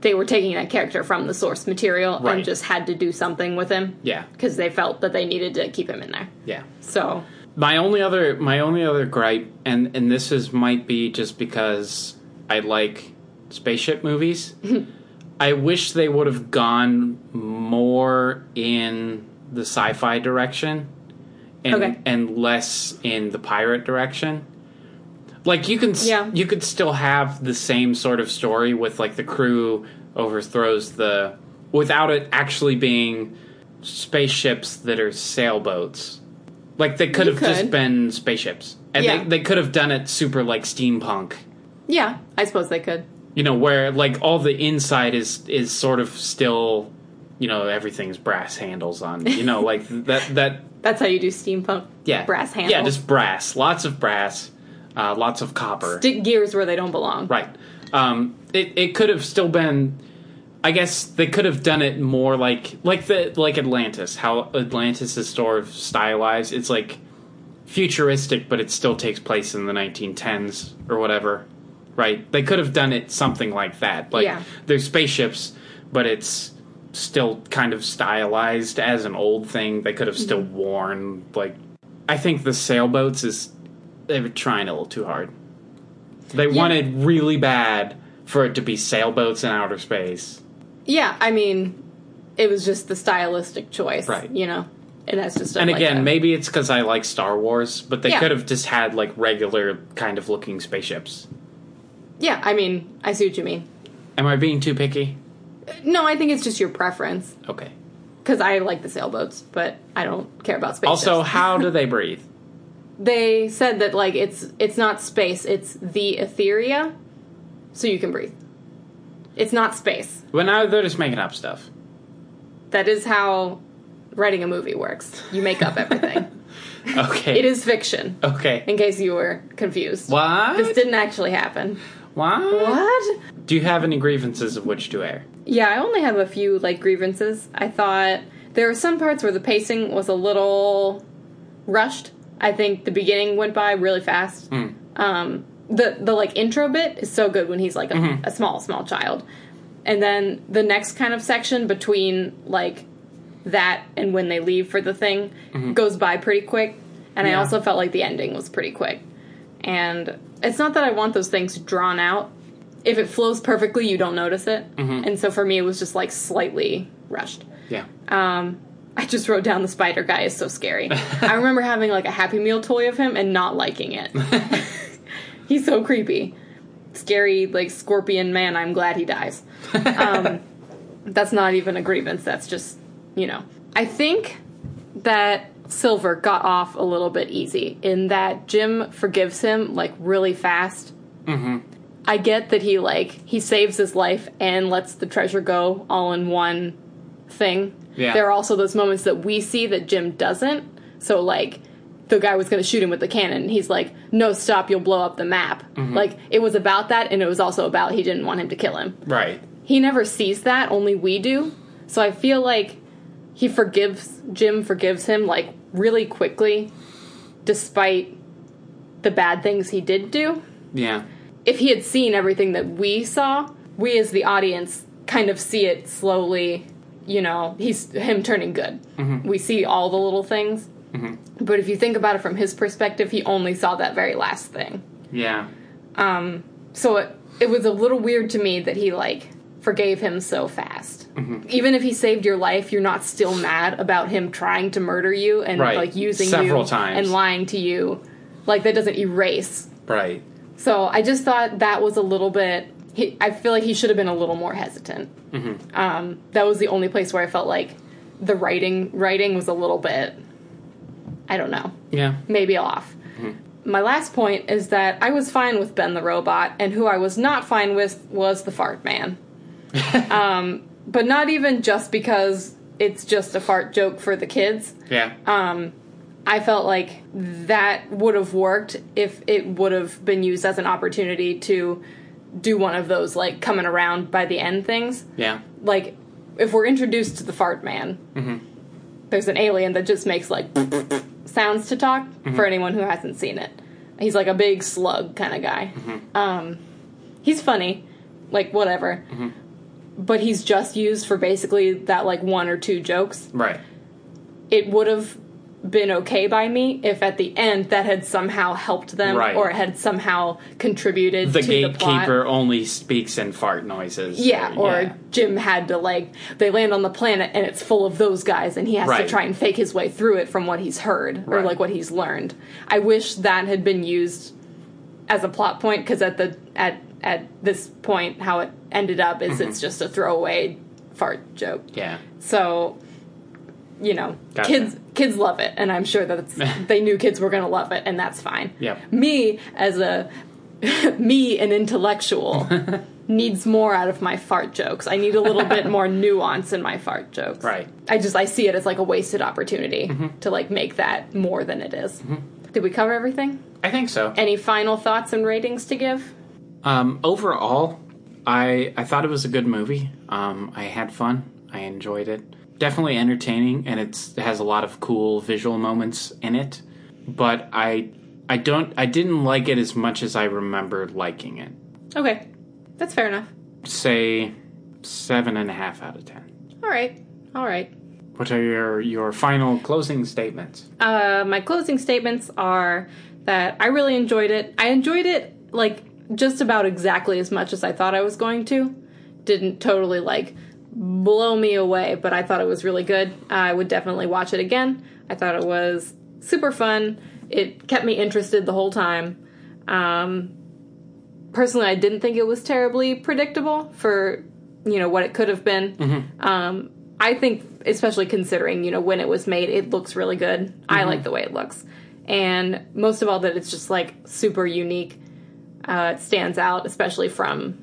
they were taking that character from the source material and
Right.
just had to do something with him
yeah,
because they felt that they needed to keep him in there.
yeah.
So,
My only other my only other gripe and and this is might be just because I like spaceship movies. I wish they would have gone more in the sci-fi direction and
Okay.
and less in the pirate direction. Like you can s-
Yeah.
you could still have the same sort of story with like the crew overthrows the without it actually being spaceships that are sailboats. Like they could
You
have just
could.
been spaceships, and
Yeah.
they they could have done it super like steampunk.
yeah, I suppose they could.
You know, where like all the inside is is sort of still, you know, everything's brass handles on. You know, like that that
That's how you do steampunk.
yeah
Brass handles.
Yeah, just brass, lots of brass, uh, lots of copper.
Stick gears where they don't belong.
Right. Um, it it could have still been. I guess they could have done it more like like the like Atlantis. How Atlantis is sort of stylized. It's like futuristic, but it still takes place in the 1910s or whatever. Right. They could have done it something like that. Like
Yeah.
they're spaceships, but it's still kind of stylized as an old thing. They could have still worn like. I think the sailboats is they were trying a little too hard. They wanted really bad for it to be sailboats in outer space.
Yeah, I mean, it was just the stylistic choice.
Right.
You know, and that's just stuff
And
like
again,
that.
maybe it's because I like Star Wars, but they
Yeah.
could have just had like regular kind of looking spaceships.
yeah, I mean, I see what you mean.
Am I being too picky?
No, I think it's just your preference
Okay.
because I like the sailboats, but I don't care about space.
Also, how do they breathe?
they said that like it's it's not space, it's the etheria, so you can breathe. It's not space.
Well, now they're just making up stuff.
That is how writing a movie works. You make up everything.
Okay.
it is fiction.
Okay.
In case you were confused, this
What?
didn't actually happen.
What?
What?
Do you have any grievances of which to air?
Yeah, I only have a few like grievances. I thought there were some parts where the pacing was a little rushed. I think the beginning went by really fast. Um, the the like intro bit is so good when he's like a, a small small child, and then the next kind of section between like that and when they leave for the thing goes by pretty quick. And I
Yeah.
also felt like the ending was pretty quick. And it's not that I want those things drawn out. If it flows perfectly, you don't notice it. And so for me, it was just like slightly rushed.
Yeah.
Um, I just wrote down the spider guy is so scary. I remember having like a Happy Meal toy of him and not liking it. He's so creepy. Scary, like scorpion man, I'm glad he dies. Um, that's not even a grievance, that's just, you know. I think that Silver got off a little bit easy in that Jim forgives him like really fast. I get that he like he saves his life and lets the treasure go all in one thing.
Yeah.
There are also those moments that we see that Jim doesn't. So like the guy was going to shoot him with the cannon and he's like, "No, stop, you'll blow up the map." Like it was about that and it was also about he didn't want him to kill him.
Right.
He never sees that, only we do. So I feel like he forgives Jim forgives him like really quickly despite the bad things he did do
Yeah.
if he had seen everything that we saw, we as the audience kind of see it slowly. You know, he's him turning good. We see all the little things. But if you think about it from his perspective, he only saw that very last thing.
Yeah.
Um, so it, it was a little weird to me that he like forgave him so fast.
Mm-hmm.
Even if he saved your life, you're not still mad about him trying to murder you and
Right.
like using
Several
you
times.
and lying to you. Like that doesn't erase
Right.
so I just thought that was a little bit. He, I feel like he should have been a little more hesitant.
Mm-hmm.
Um, that was the only place where I felt like the writing writing was a little bit. I don't know,
Yeah.
maybe off. My last point is that I was fine with Ben the robot, and who I was not fine with was the fart man. um, but not even just because it's just a fart joke for the kids.
Yeah.
Um, I felt like that would have worked if it would have been used as an opportunity to do one of those like coming around by the end things.
yeah.
Like if we're introduced to the fart man,
Mm-hmm.
there's an alien that just makes like sounds to talk
Mm-hmm.
for anyone who hasn't seen it. He's like a big slug kind of guy.
Mm-hmm.
Um, he's funny, like whatever.
Mm-hmm.
But he's just used for basically that like one or two jokes
Right.
it would have been okay by me if at the end that had somehow helped them
Right.
or had somehow contributed
The
to the plot.
gatekeeper only speaks in fart noises.
Yeah, or Jim had to like they land on the planet and it's full of those guys and he has
Right.
to try and fake his way through it from what he's heard or
Right.
like what he's learned. I wish that had been used as a plot point because at the at at this point how it ended up is
Mm-hmm.
it's just a throwaway fart joke.
yeah.
So, you know,
Gotcha.
kids kids love it, and I'm sure that that's, they knew kids were going to love it, and that's fine.
Yep.
Me as a me an intellectual needs more out of my fart jokes. I need a little bit more nuance in my fart jokes.
Right. Mm-hmm.
I just I see it as like a wasted opportunity to like make that more than it is. Did we cover everything?
I think so.
Any final thoughts and ratings to give?
Um, overall, I I thought it was a good movie. Um, I had fun. I enjoyed it. Definitely entertaining, and it's, it has a lot of cool visual moments in it. But I I don't I didn't like it as much as I remember liking it.
Okay, that's fair enough.
Say seven and a half out of ten.
All right, all right.
What are your your final closing statements?
uh, my closing statements are that I really enjoyed it. I enjoyed it like just about exactly as much as I thought I was going to. Didn't totally like blow me away, but I thought it was really good. I would definitely watch it again. I thought it was super fun. It kept me interested the whole time. Um, personally, I didn't think it was terribly predictable for you know what it could have been. Um, I think, especially considering you know when it was made, it looks really good. I like the way it looks, and most of all, that it's just like super unique. Uh, it stands out, especially from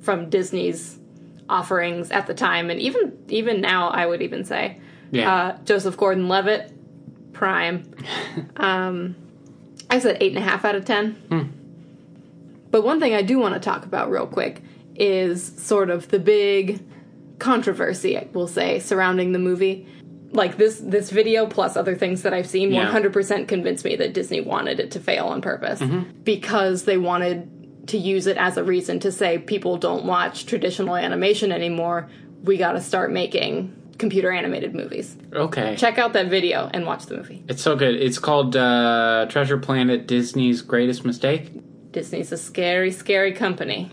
from Disney's offerings at the time, and even even now, I would even say
Yeah.
uh, Joseph Gordon-Levitt, prime. um, I said eight and a half out of ten. But one thing I do want to talk about real quick is sort of the big controversy, I will say, surrounding the movie. Like this this video plus other things that I've seen,
Yeah.
100% convinced me that Disney wanted it to fail on purpose because they wanted to use it as a reason to say people don't watch traditional animation anymore. We got to start making computer animated movies.
Okay.
Check out that video and watch the movie.
It's so good. It's called uh, Treasure Planet Disney's Greatest Mistake.
Disney's a scary, scary company.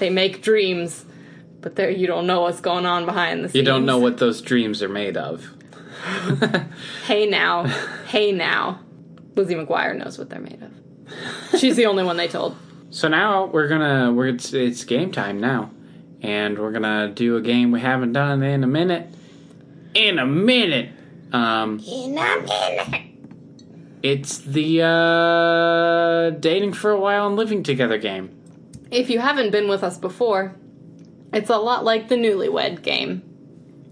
They make dreams, but there you don't know what's going on behind the scenes.
You don't know what those dreams are made of.
Hey now, hey now. Lizzie McGuire knows what they're made of. She's the only one they told.
So now we're gonna we're it's, it's game time now, and we're gonna do a game we haven't done in a minute. In a minute. Um, it's the uh, dating for a while and living together game.
If you haven't been with us before, it's a lot like the newlywed game.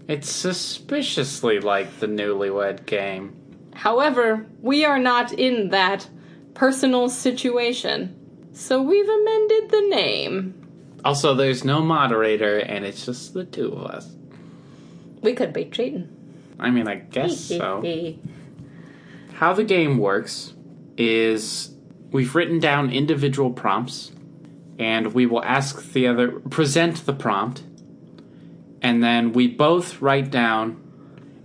It's suspiciously like the newlywed game.
However, we are not in that personal situation, so we've amended the name.
Also, there's no moderator, and it's just the two of us.
We could be cheating.
I mean, I guess so. How the game works is we've written down individual prompts, and we will ask the other, present the prompt, and then we both write down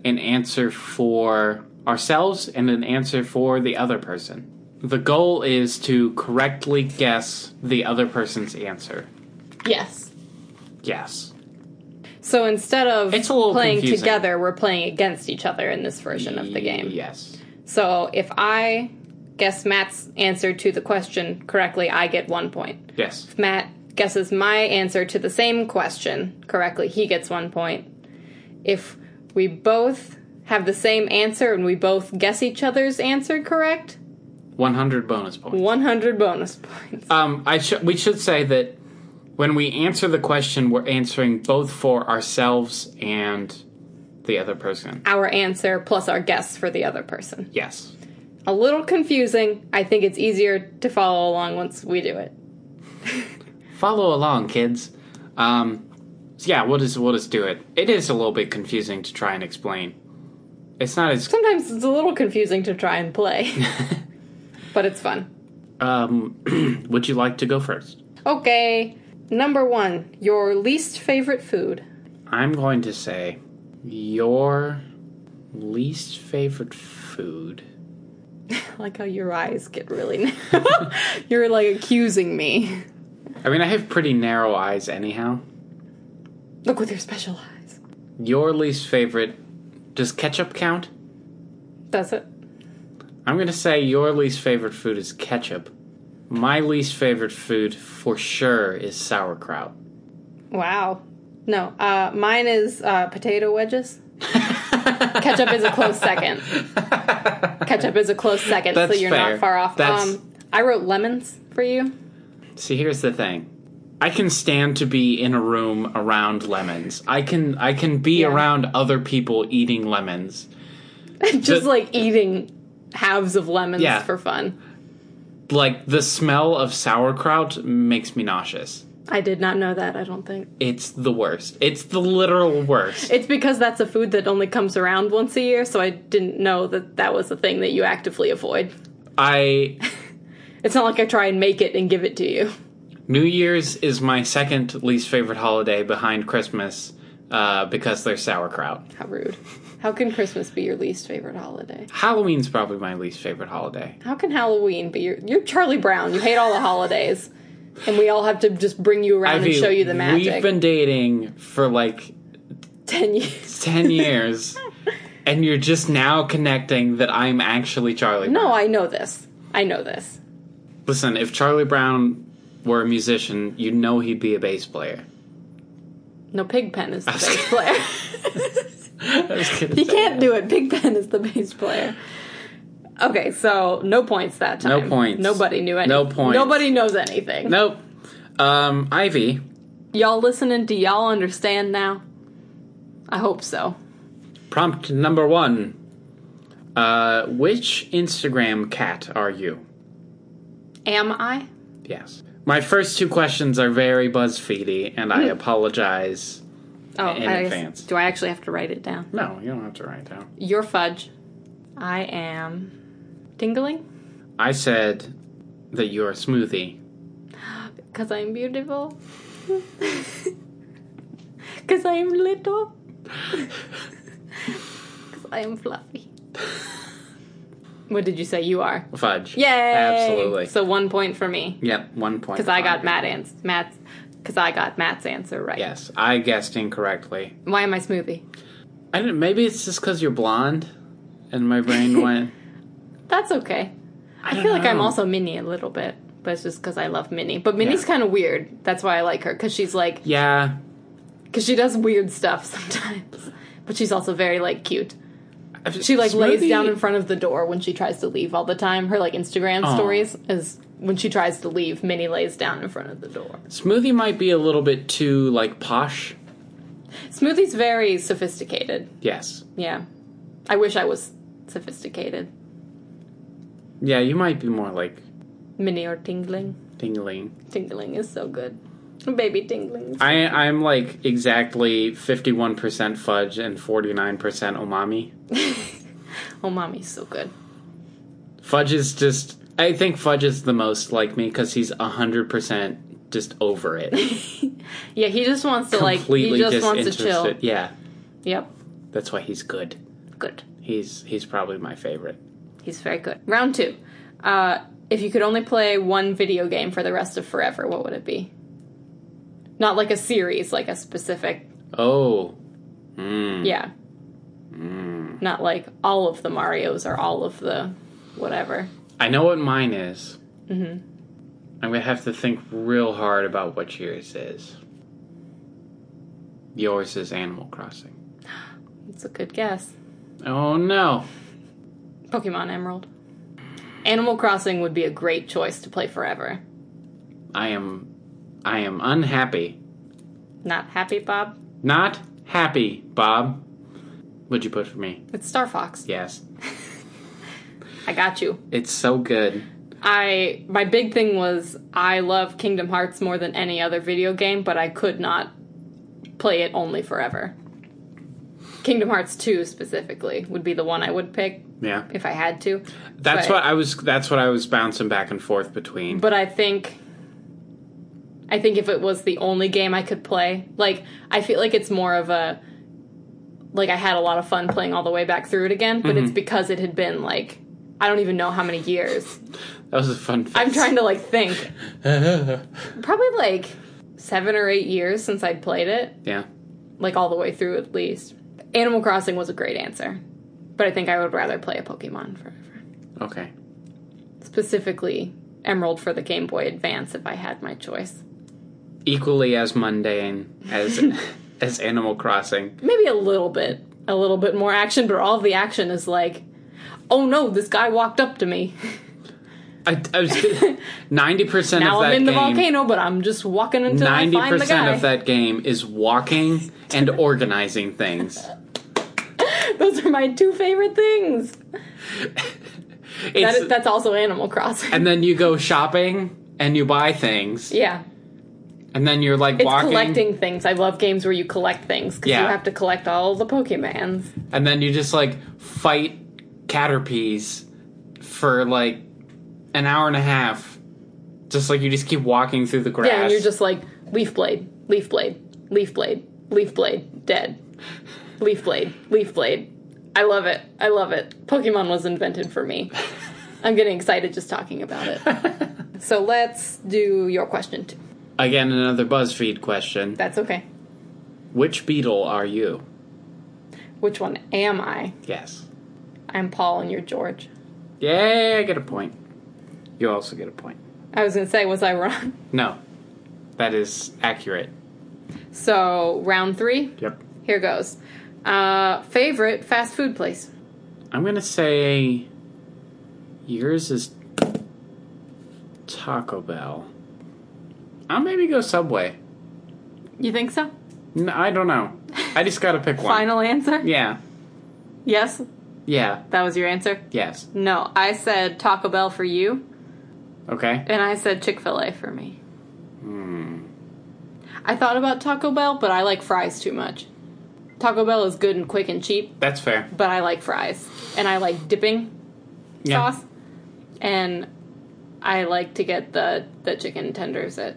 an answer for ourselves and an answer for the other person. The goal is to correctly guess the other person's answer.
yes.
Yes.
So instead of
It's a little
playing
confusing.
together, we're playing against each other in this version of the game.
Yes.
So if I guess Matt's answer to the question correctly, I get one point.
Yes.
If Matt guesses my answer to the same question correctly, he gets one point. If we both have the same answer and we both guess each other's answer correct,
100 bonus points.
100 bonus points.
Um, I sh- we should say that when we answer the question, we're answering both for ourselves and the other person.
Our answer plus our guess for the other person.
Yes.
A little confusing. I think it's easier to follow along once we do it.
Follow along, kids. Um, so yeah, we'll just we'll just do it. It is a little bit confusing to try and explain. It's not as
Sometimes it's a little confusing to try and play, but it's fun.
um. would you like to go first?
Okay, number one, your least favorite food.
I'm going to say your least favorite food.
I like how your eyes get really. narrow. You're like accusing me.
I mean, I have pretty narrow eyes, anyhow.
Look with your special eyes.
Your least favorite. Does ketchup count?
Does it?
I'm gonna say your least favorite food is ketchup. My least favorite food for sure is sauerkraut.
Wow. No, uh, mine is uh, potato wedges. Ketchup is a close second. Ketchup is a close second, so
That's
you're
fair.
not far off.
That's-
Um, I wrote lemons for you.
See, here's the thing. I can stand to be in a room around lemons. I can I can be
Yeah.
around other people eating lemons.
Just like eating halves of lemons
Yeah.
for fun.
Like the smell of sauerkraut makes me nauseous.
I did not know that, I don't think.
It's the worst. It's the literal worst.
It's because that's a food that only comes around once a year, so I didn't know that that was a thing that you actively avoid.
I
It's not like I try and make it and give it to you.
New Year's is my second least favorite holiday behind Christmas uh, because there's sauerkraut.
How rude. How can Christmas be your least favorite holiday?
Halloween's probably my least favorite holiday.
How can Halloween be your. You're Charlie Brown. You hate all the holidays. And we all have to just bring you around and show you the magic.
We've been dating for like
ten years.
10 years and you're just now connecting that I'm actually Charlie Brown.
No, I know this. I know this.
Listen, if Charlie Brown were a musician, you'd know he'd be a bass player.
No, Pigpen is the
was
bass player.
I was gonna say
you
that.
can't do it. Pigpen is the bass player. Okay, so no points that
No
time.
points.
Nobody knew anything.
No points.
Nobody knows anything.
Nope. Um, Ivy,
Y'all listening? Do y'all understand now? I hope so.
prompt number one. Uh, which Instagram cat are you?
Am I?
Yes. My first two questions are very BuzzFeedy, and I apologize.
Oh,
In
I
advance.
guess, do I actually have to write it down?
No, you don't have to write down.
Your fudge. I am tingling
I said that you're a smoothie.
because I'm beautiful. Because I'm little. Because I'm fluffy. what did you say you are?
Fudge.
Yay!
Absolutely.
So one point for me
yep, one point.
because I got
five.
Matt ans- Matt's because I got Matt's answer right.
Yes, I guessed incorrectly.
Why am I smoothie?
I didn't. Maybe it's just because you're blonde, and my brain went.
That's okay. I,
don't
feel like I'm
know.
also Minnie a little bit, but it's just because I love Minnie. But Minnie's kind of weird. That's why I like her because she's like
Yeah,
because she does weird stuff sometimes, but she's also very like cute. She like lays down in front of the door when she tries to leave all the time. Her like Instagram
Aw.
stories is when she tries to leave, Minnie lays down in front of the door.
Smoothie might be a little bit too like posh.
Smoothie's very sophisticated.
Yes.
Yeah, I wish I was sophisticated.
Yeah, you might be more like
Minnie or tingling.
tingling.
Tingling is so good. Baby tingling.
I I'm like exactly fifty one percent fudge and forty nine percent umami.
Oh, mommy's so good.
Fudge is just. I think Fudge is the most like me because he's hundred percent just over it.
Yeah, he just wants to like. He
Completely
just wants to chill.
disinterested. Yeah,
Yep.
that's why he's good.
Good.
He's he's probably my favorite.
He's very good. Round two. Uh, if you could only play one video game for the rest of forever, what would it be? Not like a series, like a specific.
Oh, mm.
Yeah. Not like all of the Mario's or all of the whatever.
I know what mine is. Mm-hmm. I'm gonna have to think real hard about what yours is. Yours is Animal Crossing.
It's a good guess.
Oh no!
Pokemon Emerald. Animal Crossing would be a great choice to play forever.
I am, I am unhappy.
Not happy, Bob.
Not happy, Bob. What'd you put for me?
It's Star Fox.
Yes,
I got you.
it's so good.
I my big thing was I love Kingdom Hearts more than any other video game, but I could not play it only forever. Kingdom Hearts 2 specifically would be the one I would pick
Yeah,
if I had to.
that's
but,
what I was. That's what I was bouncing back and forth between.
But I think I think if it was the only game I could play, like I feel like it's more of a like I had a lot of fun playing all the way back through it again, but it's because it had been like I don't even know how many years.
that was a fun. Fact.
I'm trying to like think. Probably like seven or eight years since I'd played it,
yeah,
like all the way through at least. Animal Crossing was a great answer, but I think I would rather play a Pokemon forever.
okay.
Specifically, Emerald for the Game Boy Advance if I had my choice.
Equally as mundane as as Animal Crossing.
Maybe a little bit, a little bit more action, but all the action is like, oh no, this guy walked up to me.
I, I was ninety percent of
Now
that
I'm in the
game.
volcano, but I'm just walking until I
Ninety
find the
percent
guy.
of that game is walking and organizing things.
Those are my two favorite things. That
It's-
is, that's also Animal Crossing.
and then you go shopping and you buy things,
yeah.
and then you're like
It's
walking,
collecting things. I love games where you collect things because you
Yeah.
have to collect all the Pokemans.
and then you just like fight caterpies for like an hour and a half. Just like you just keep walking through the grass.
Yeah, and you're just like leaf blade, leaf blade, leaf blade, leaf blade, dead, leaf blade, leaf blade. I love it. I love it. Pokemon was invented for me. I'm getting excited just talking about it. so let's do your question too.
again another BuzzFeed question.
That's okay.
Which beetle are you?
Which one am I?
Yes.
I'm Paul and you're George.
Yeah, I get a point. You also get a point.
I was gonna say, was I wrong?
No, that is accurate.
So, round three,
Yep.
here goes. Uh, favorite fast food place?
I'm gonna say yours is Taco Bell. I'll maybe go Subway.
You think so?
N I don't know. I just gotta pick one.
Final answer?
Yeah.
Yes,
Yeah.
that was your answer?
Yes.
No, I said Taco Bell for you,
Okay.
and I said Chick fil A for me. Hmm. I thought about Taco Bell, but I like fries too much. Taco Bell is good and quick and cheap,
That's fair.
but I like fries. And I like dipping
Yeah.
sauce. And I like to get the, the chicken tenders at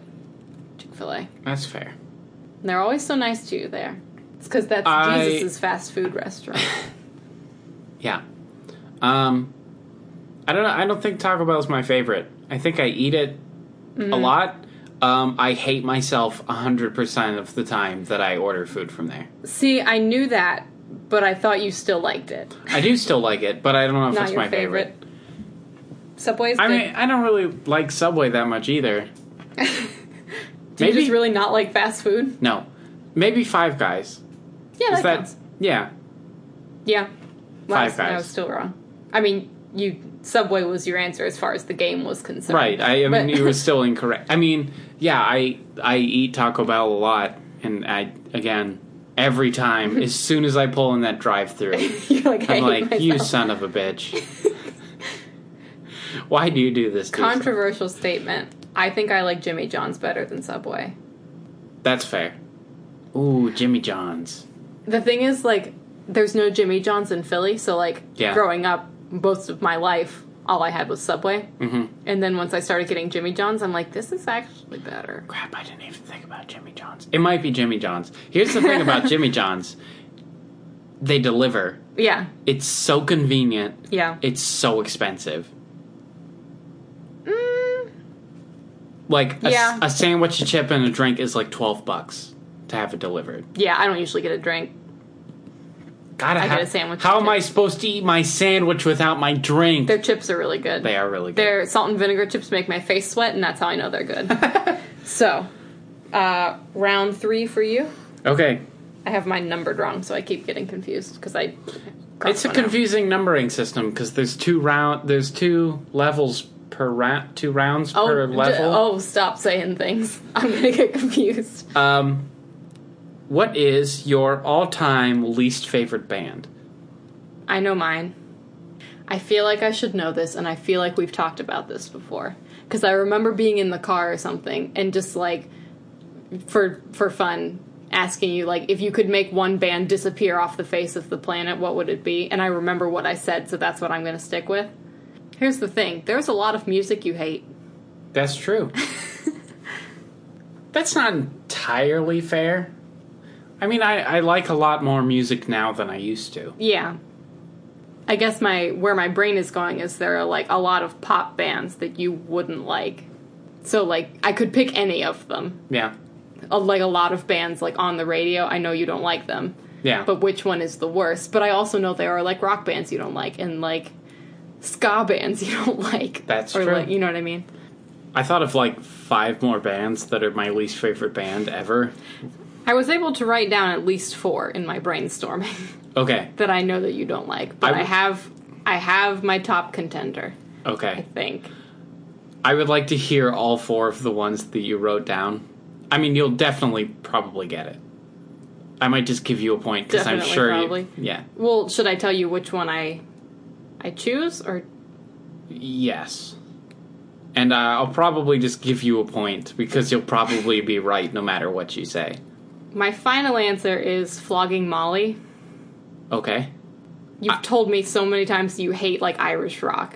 Chick fil A. And
That's fair.
they're always so nice to you there. It's because that's
I-
Jesus' fast food restaurant.
Yeah. Um I don't know. I don't think Taco Bell is my favorite. I think I eat it
Mm.
a lot. Um, I hate myself 100% of the time that I order food from there.
See, I knew that, but I thought you still liked it.
I do still like it, but I don't know if
Not
it's
your
my
favorite.
favorite.
Subway's
I
good.
mean, I don't really like Subway that much either.
Do you
maybe-
just really not like fast food?
No. Maybe Five Guys.
Yeah, that,
Is that
counts.
Yeah.
Yeah. Well, I
Five
was- I
Guys.
was still wrong. I mean, you Subway was your answer as far as the game was concerned.
Right. I, I mean,
But-
you were still incorrect. I mean, yeah, I I eat Taco Bell a lot and I again, every time as soon as I pull in that drive-through,
You're like, I
I'm
hate
like, you
myself."
son of a bitch. Why do you do this? to yourself?
Controversial statement. I think I like Jimmy John's better than Subway.
That's fair. Ooh, Jimmy John's.
The thing is, like, there's no Jimmy John's in Philly, so, like,
Yeah.
growing up, most of my life, all I had was Subway.
Mm-hmm.
And then once I started getting Jimmy John's, I'm like, this is actually better.
Crap, I didn't even think about Jimmy John's. It might be Jimmy John's. Here's the thing about Jimmy John's. They deliver.
Yeah,
It's so convenient.
yeah.
It's so expensive.
Mm,
Like a, s-
Yeah.
a sandwich, a chip, and a drink is like twelve bucks to have it delivered.
yeah, I don't usually get a drink.
Gotta
I
have,
get a sandwich
How
and
am I
chips.
supposed to eat my sandwich without my drink?
Their chips are really good.
They are really good.
Their salt and vinegar chips make my face sweat, and that's how I know they're good. so, uh, round three for you.
okay,
I have mine numbered wrong, so I keep getting confused because I. crossed
it's a
one out.
confusing numbering system because there's two round, there's two levels per round, two rounds
Oh,
per
d-
level.
oh, stop saying things. I'm gonna get confused.
Um, what is your all-time least favorite band?
I know mine. I feel like I should know this, and I feel like we've talked about this before. Because I remember being in the car or something, and just like for for fun, asking you like if you could make one band disappear off the face of the planet, what would it be? And I remember what I said, so that's what I'm going to stick with. Here's the thing: there's a lot of music you hate.
That's true. That's not entirely fair. I mean, I, I like a lot more music now than I used to.
Yeah. I guess my where my brain is going is there are like a lot of pop bands that you wouldn't like. So like I could pick any of them.
Yeah.
A, like a lot of bands like on the radio, I know you don't like them.
Yeah.
But which one is the worst? But I also know there are like rock bands you don't like and like ska bands you don't like.
That's
or
true.
Like, you know what I mean?
I thought of like five more bands that are my least favorite band ever.
I was able to write down at least 4 in my brainstorming
Okay.
that I know that you don't like. But
I
I
w-
have I have my top contender, I
Okay.
think.
I would like to hear all four of the ones that you wrote down. I mean, you'll definitely probably get it. I might just give you a point because I'm
Definitely,
sure. you-
probably.
yeah.
Well, should I tell you which one I I choose or
Yes. And uh, I'll probably just give you a point because you'll probably be right no matter what you say.
my final answer is flogging Molly.
Okay.
You've told me so many times you hate like Irish rock.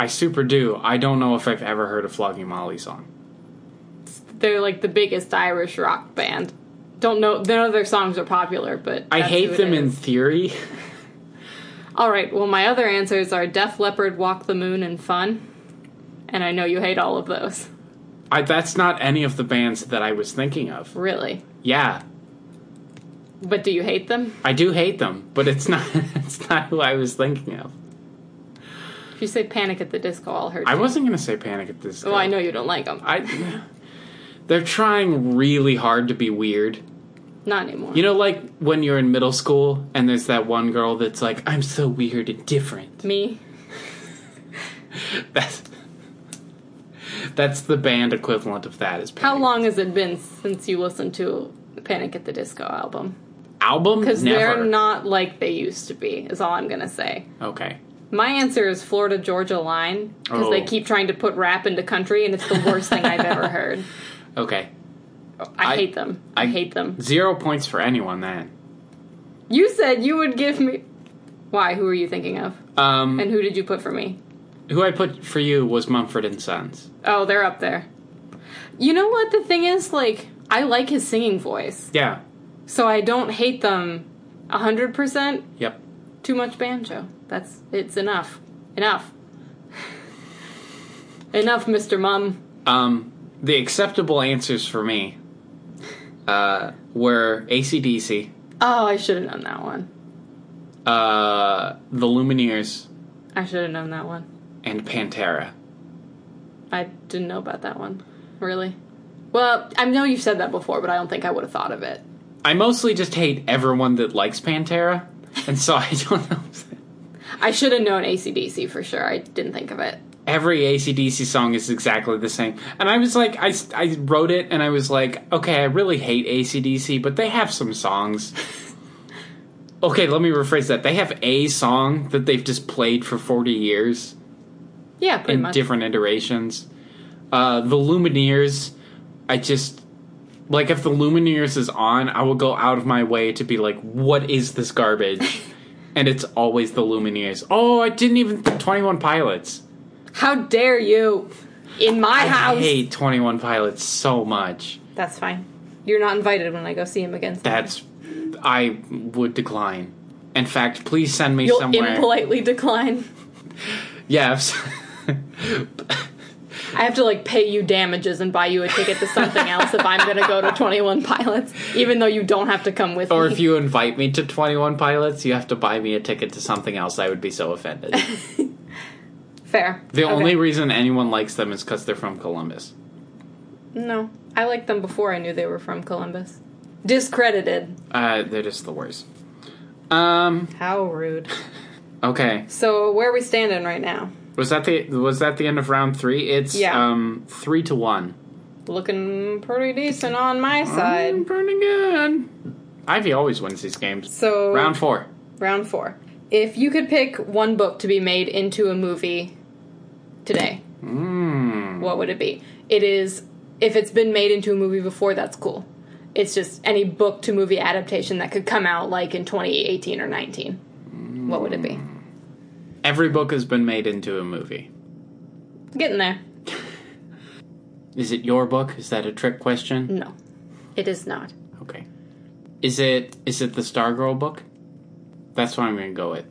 I super do. I don't know if I've ever heard a Flogging Molly song.
They're like the biggest Irish rock band. Don't know none of their songs are popular,
I
but that's who
hate
it
them in
is.
theory.
All right, well my other answers are Def Leppard, Walk the Moon and Fun. And I know you hate all of those.
I, that's not any of the bands that I was thinking of.
Really?
Yeah.
But do you hate them?
I do hate them, but it's not it's not who I was thinking of.
If you say Panic at the Disco, I'll hurt
I
you.
wasn't gonna say Panic at this.
Well, Oh, I know you don't like them.
I. They're trying really hard to be weird.
Not anymore.
You know, like when you're in middle school and there's that one girl that's like, "I'm so weird and different."
Me?
That's that's the band equivalent of that. Is
How
Panic.
long has it been since you listened to Panic at the Disco album?
album?
Because
Never.
they're not like they used to be, is all I'm going to say.
okay.
My answer is Florida Georgia Line, because they
Oh.
keep trying to put rap into country, and it's the worst thing I've ever heard.
Okay.
I,
I-
hate them. I,
I-
hate them.
Zero points for anyone then.
You said you would give me. Why? Who are you thinking of?
Um,
And who did you put for me?
who I put for you was Mumford and Sons.
Oh, they're up there. You know what the thing is? Like, I like his singing voice,
Yeah.
so I don't hate them a hundred percent.
Yep.
Too much banjo. That's it's enough. Enough. enough, Mister Mum.
Um, the acceptable answers for me uh, were ACDC,
Oh, I should have known that one.
uh, the Lumineers,
I should have known that one.
and Pantera.
I didn't know about that one. Really? Well, I know you've said that before, but I don't think I would have thought of it.
I mostly just hate everyone that likes Pantera, and so I don't know.
I should have known ACDC for sure. I didn't think of it.
Every ACDC song is exactly the same. And I was like, I, s- I wrote it and I was like, okay, I really hate ACDC, but they have some songs. okay, let me rephrase that. They have a song that they've just played for 40 years.
Yeah, pretty
in
much.
different iterations. Uh, the Lumineers, I just like if the Lumineers is on, I will go out of my way to be like, "What is this garbage?" and it's always the Lumineers. Oh, I didn't even Twenty One Pilots.
How dare you? In my
I
house.
hate Twenty One Pilots so much.
That's fine. You're not invited when I go see him again.
That's I would decline. In fact, please send me
You'll
somewhere.
impolitely decline.
yes.
I have to like pay you damages and buy you a ticket to something else if I'm gonna go to 21 Pilots, even though you don't have to come with
or
me.
if you invite me to 21 Pilots, you have to buy me a ticket to something else. I would be so offended.
Fair.
The
Okay.
only reason anyone likes them is because they're from Columbus.
no, I liked them before I knew they were from Columbus. Discredited.
Uh, they're just the worst. Um.
How rude.
Okay.
So where are we standing right now?
Was that the was that the end of round three? It's
Yeah.
um three to one.
Looking pretty decent on my side.
Mm, pretty good. Ivy always wins these games.
So
round four.
Round four. If you could pick one book to be made into a movie today, what would it be? It is, if it's been made into a movie before, that's cool. It's just any book to movie adaptation that could come out like in 2018 or 19. What would it be?
Every book has been made into a movie.
Getting there.
Is it your book? Is that a trick question?
No, it is not.
Okay. Is it is it the Stargirl book? That's what I'm gonna go with.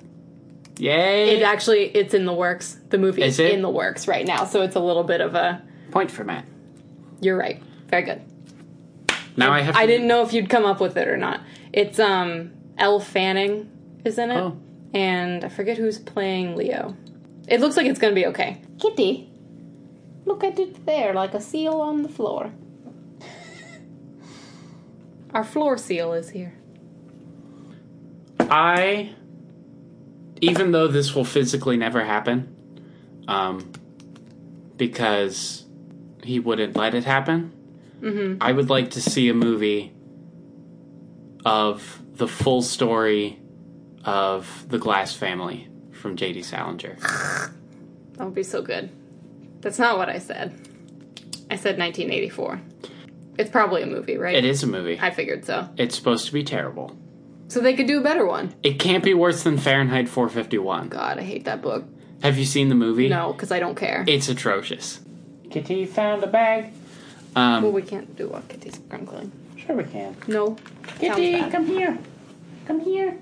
Yay!
It actually, it's in the works. The movie
Is
is,
it?
in the works right now, so it's a little bit of a.
Point for Matt.
You're right. Very good.
Now I have. To
I didn't know if you'd come up with it or not. It's um Elle Fanning, isn't it?
Oh.
And I forget who's playing Leo. It looks like it's gonna be okay. Kitty, look at it there, like a seal on the floor. Our floor seal is here.
I, even though this will physically never happen, um, because he wouldn't let it happen, I would like to see a movie of the full story of the Glass family from J.D. Salinger.
That would be so good. That's not what I said. I said 1984. It's probably a movie, right?
It is a movie.
I figured so.
It's supposed to be terrible.
So they could do a better one.
It can't be worse than Fahrenheit 451.
God, I hate that book.
Have you seen the movie?
No, because I don't care.
It's atrocious. Kitty found a bag. Um,
well, we can't do what Kitty's grumbling.
sure we can.
No.
Kitty,
Sounds bad.
come here. Come here.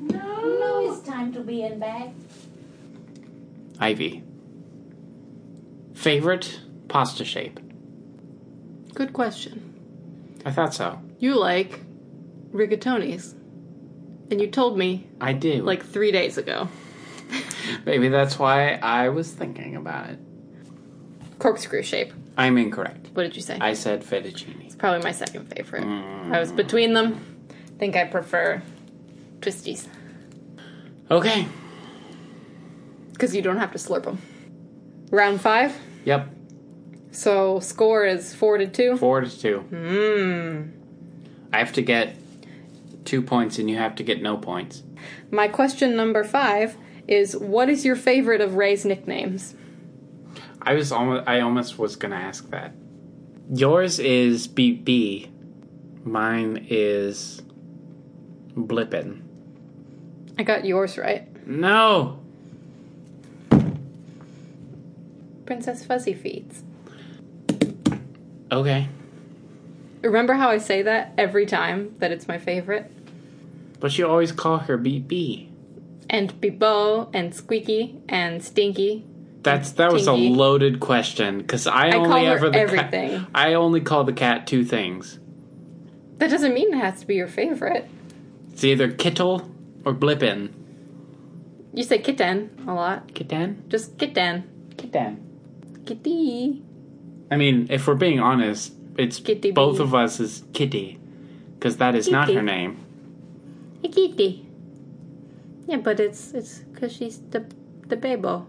No, it's time to be in bed.
Ivy. Favorite pasta shape?
Good question.
I thought so.
You like rigatoni's. And you told me
I do.
like three days ago.
maybe that's why I was thinking about it.
Corkscrew shape.
I'm incorrect.
What did you say?
I Mm. said fettuccine.
It's probably my second favorite. I was between them. I think I prefer twisties.
Okay.
Because you don't have to slurp them. Round five.
Yep.
So score is four to two.
Four to two. Mmm. I have to get two points, and you have to get no points.
My question number five is what is your favorite of Ray's nicknames?
I was almost. I almost was gonna ask that. Yours is BB. Mine is Blippin.
I got yours right.
No.
Princess Fuzzy Feeds.
Okay.
Remember how I say that every time that it's my favorite?
But you always call her BB.
And Bebo and Squeaky and Stinky.
That's that was
Tinky.
a loaded question because I,
call
only
her
ever the
everything.
Cat, I only call the cat two things.
That doesn't mean it has to be your favorite.
It's either Kittle or Blippin.
You say kitten a lot.
Kitten.
Just kitten.
Kitten.
Kitty.
I mean, if we're being honest, it's
Kitty
both
bee.
of us is Kitty because that is not
Kitty.
her name.
A kitty. Yeah, but it's it's because she's the the babo.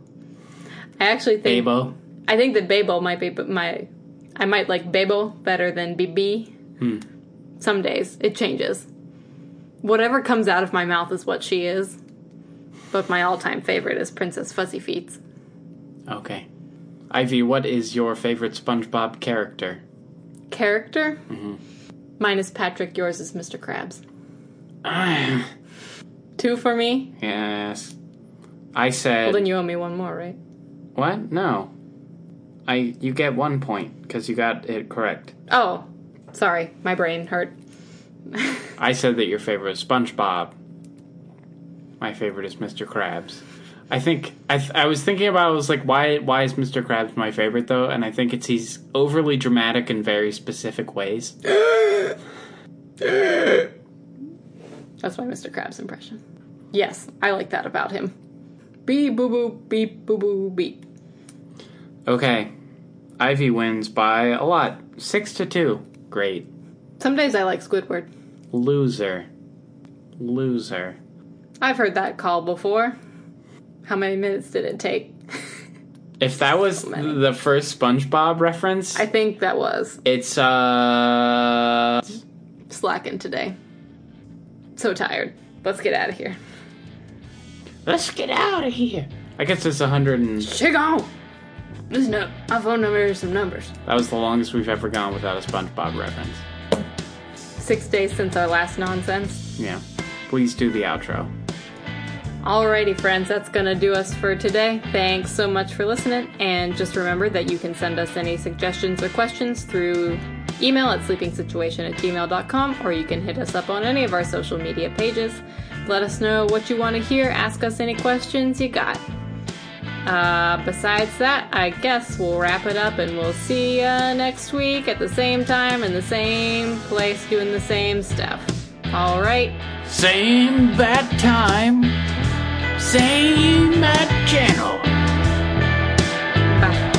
I actually think
Babo.
I think that babo might be but my I might like babo better than bb.
Hmm.
Some days it changes. Whatever comes out of my mouth is what she is. But my all-time favorite is Princess Fuzzy Feets.
Okay. Ivy, what is your favorite SpongeBob character?
Character. Mine is Patrick. Yours is Mr. Krabs.
Ah,
Two for me.
yes. I said
Well, then you owe me one more, right?
what? No. I you get one point because you got it correct.
Oh, sorry, my brain hurt.
I said that your favorite is SpongeBob. My favorite is Mr. Krabs. I think I, th- I was thinking about I was like why why is Mr. Krabs my favorite though and I think it's he's overly dramatic in very specific ways.
That's my Mr. Krabs impression. Yes, I like that about him. Beep boo boo beep boo boo beep.
Okay. Ivy wins by a lot. 6 to 2. Great.
Some days I like Squidward.
Loser. Loser.
I've heard that call before. How many minutes did it take?
If that was
many.
the first SpongeBob reference,
I think that was
it's uh
slacking today. So tired. Let's get out of here.
let's get out of here. I guess it's 100 and
Check on. Listen up. My phone number is some numbers.
that was the longest we've ever gone without a SpongeBob reference.
Six days since our last nonsense.
Yeah. Please do the outro.
Alrighty, friends, that's gonna do us for today. Thanks so much for listening, and just remember that you can send us any suggestions or questions through email at sleepingsituation at gmail.com, or you can hit us up on any of our social media pages. Let us know what you want to hear, ask us any questions you got. Uh, besides that, I guess we'll wrap it up and we'll see ya next week at the same time in the same place doing the same stuff. Alright,
Same bat time, same bat channel.
bye.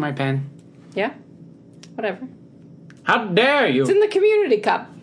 right, Pen.
Yeah. Whatever.
How dare you?
It's in the community cup.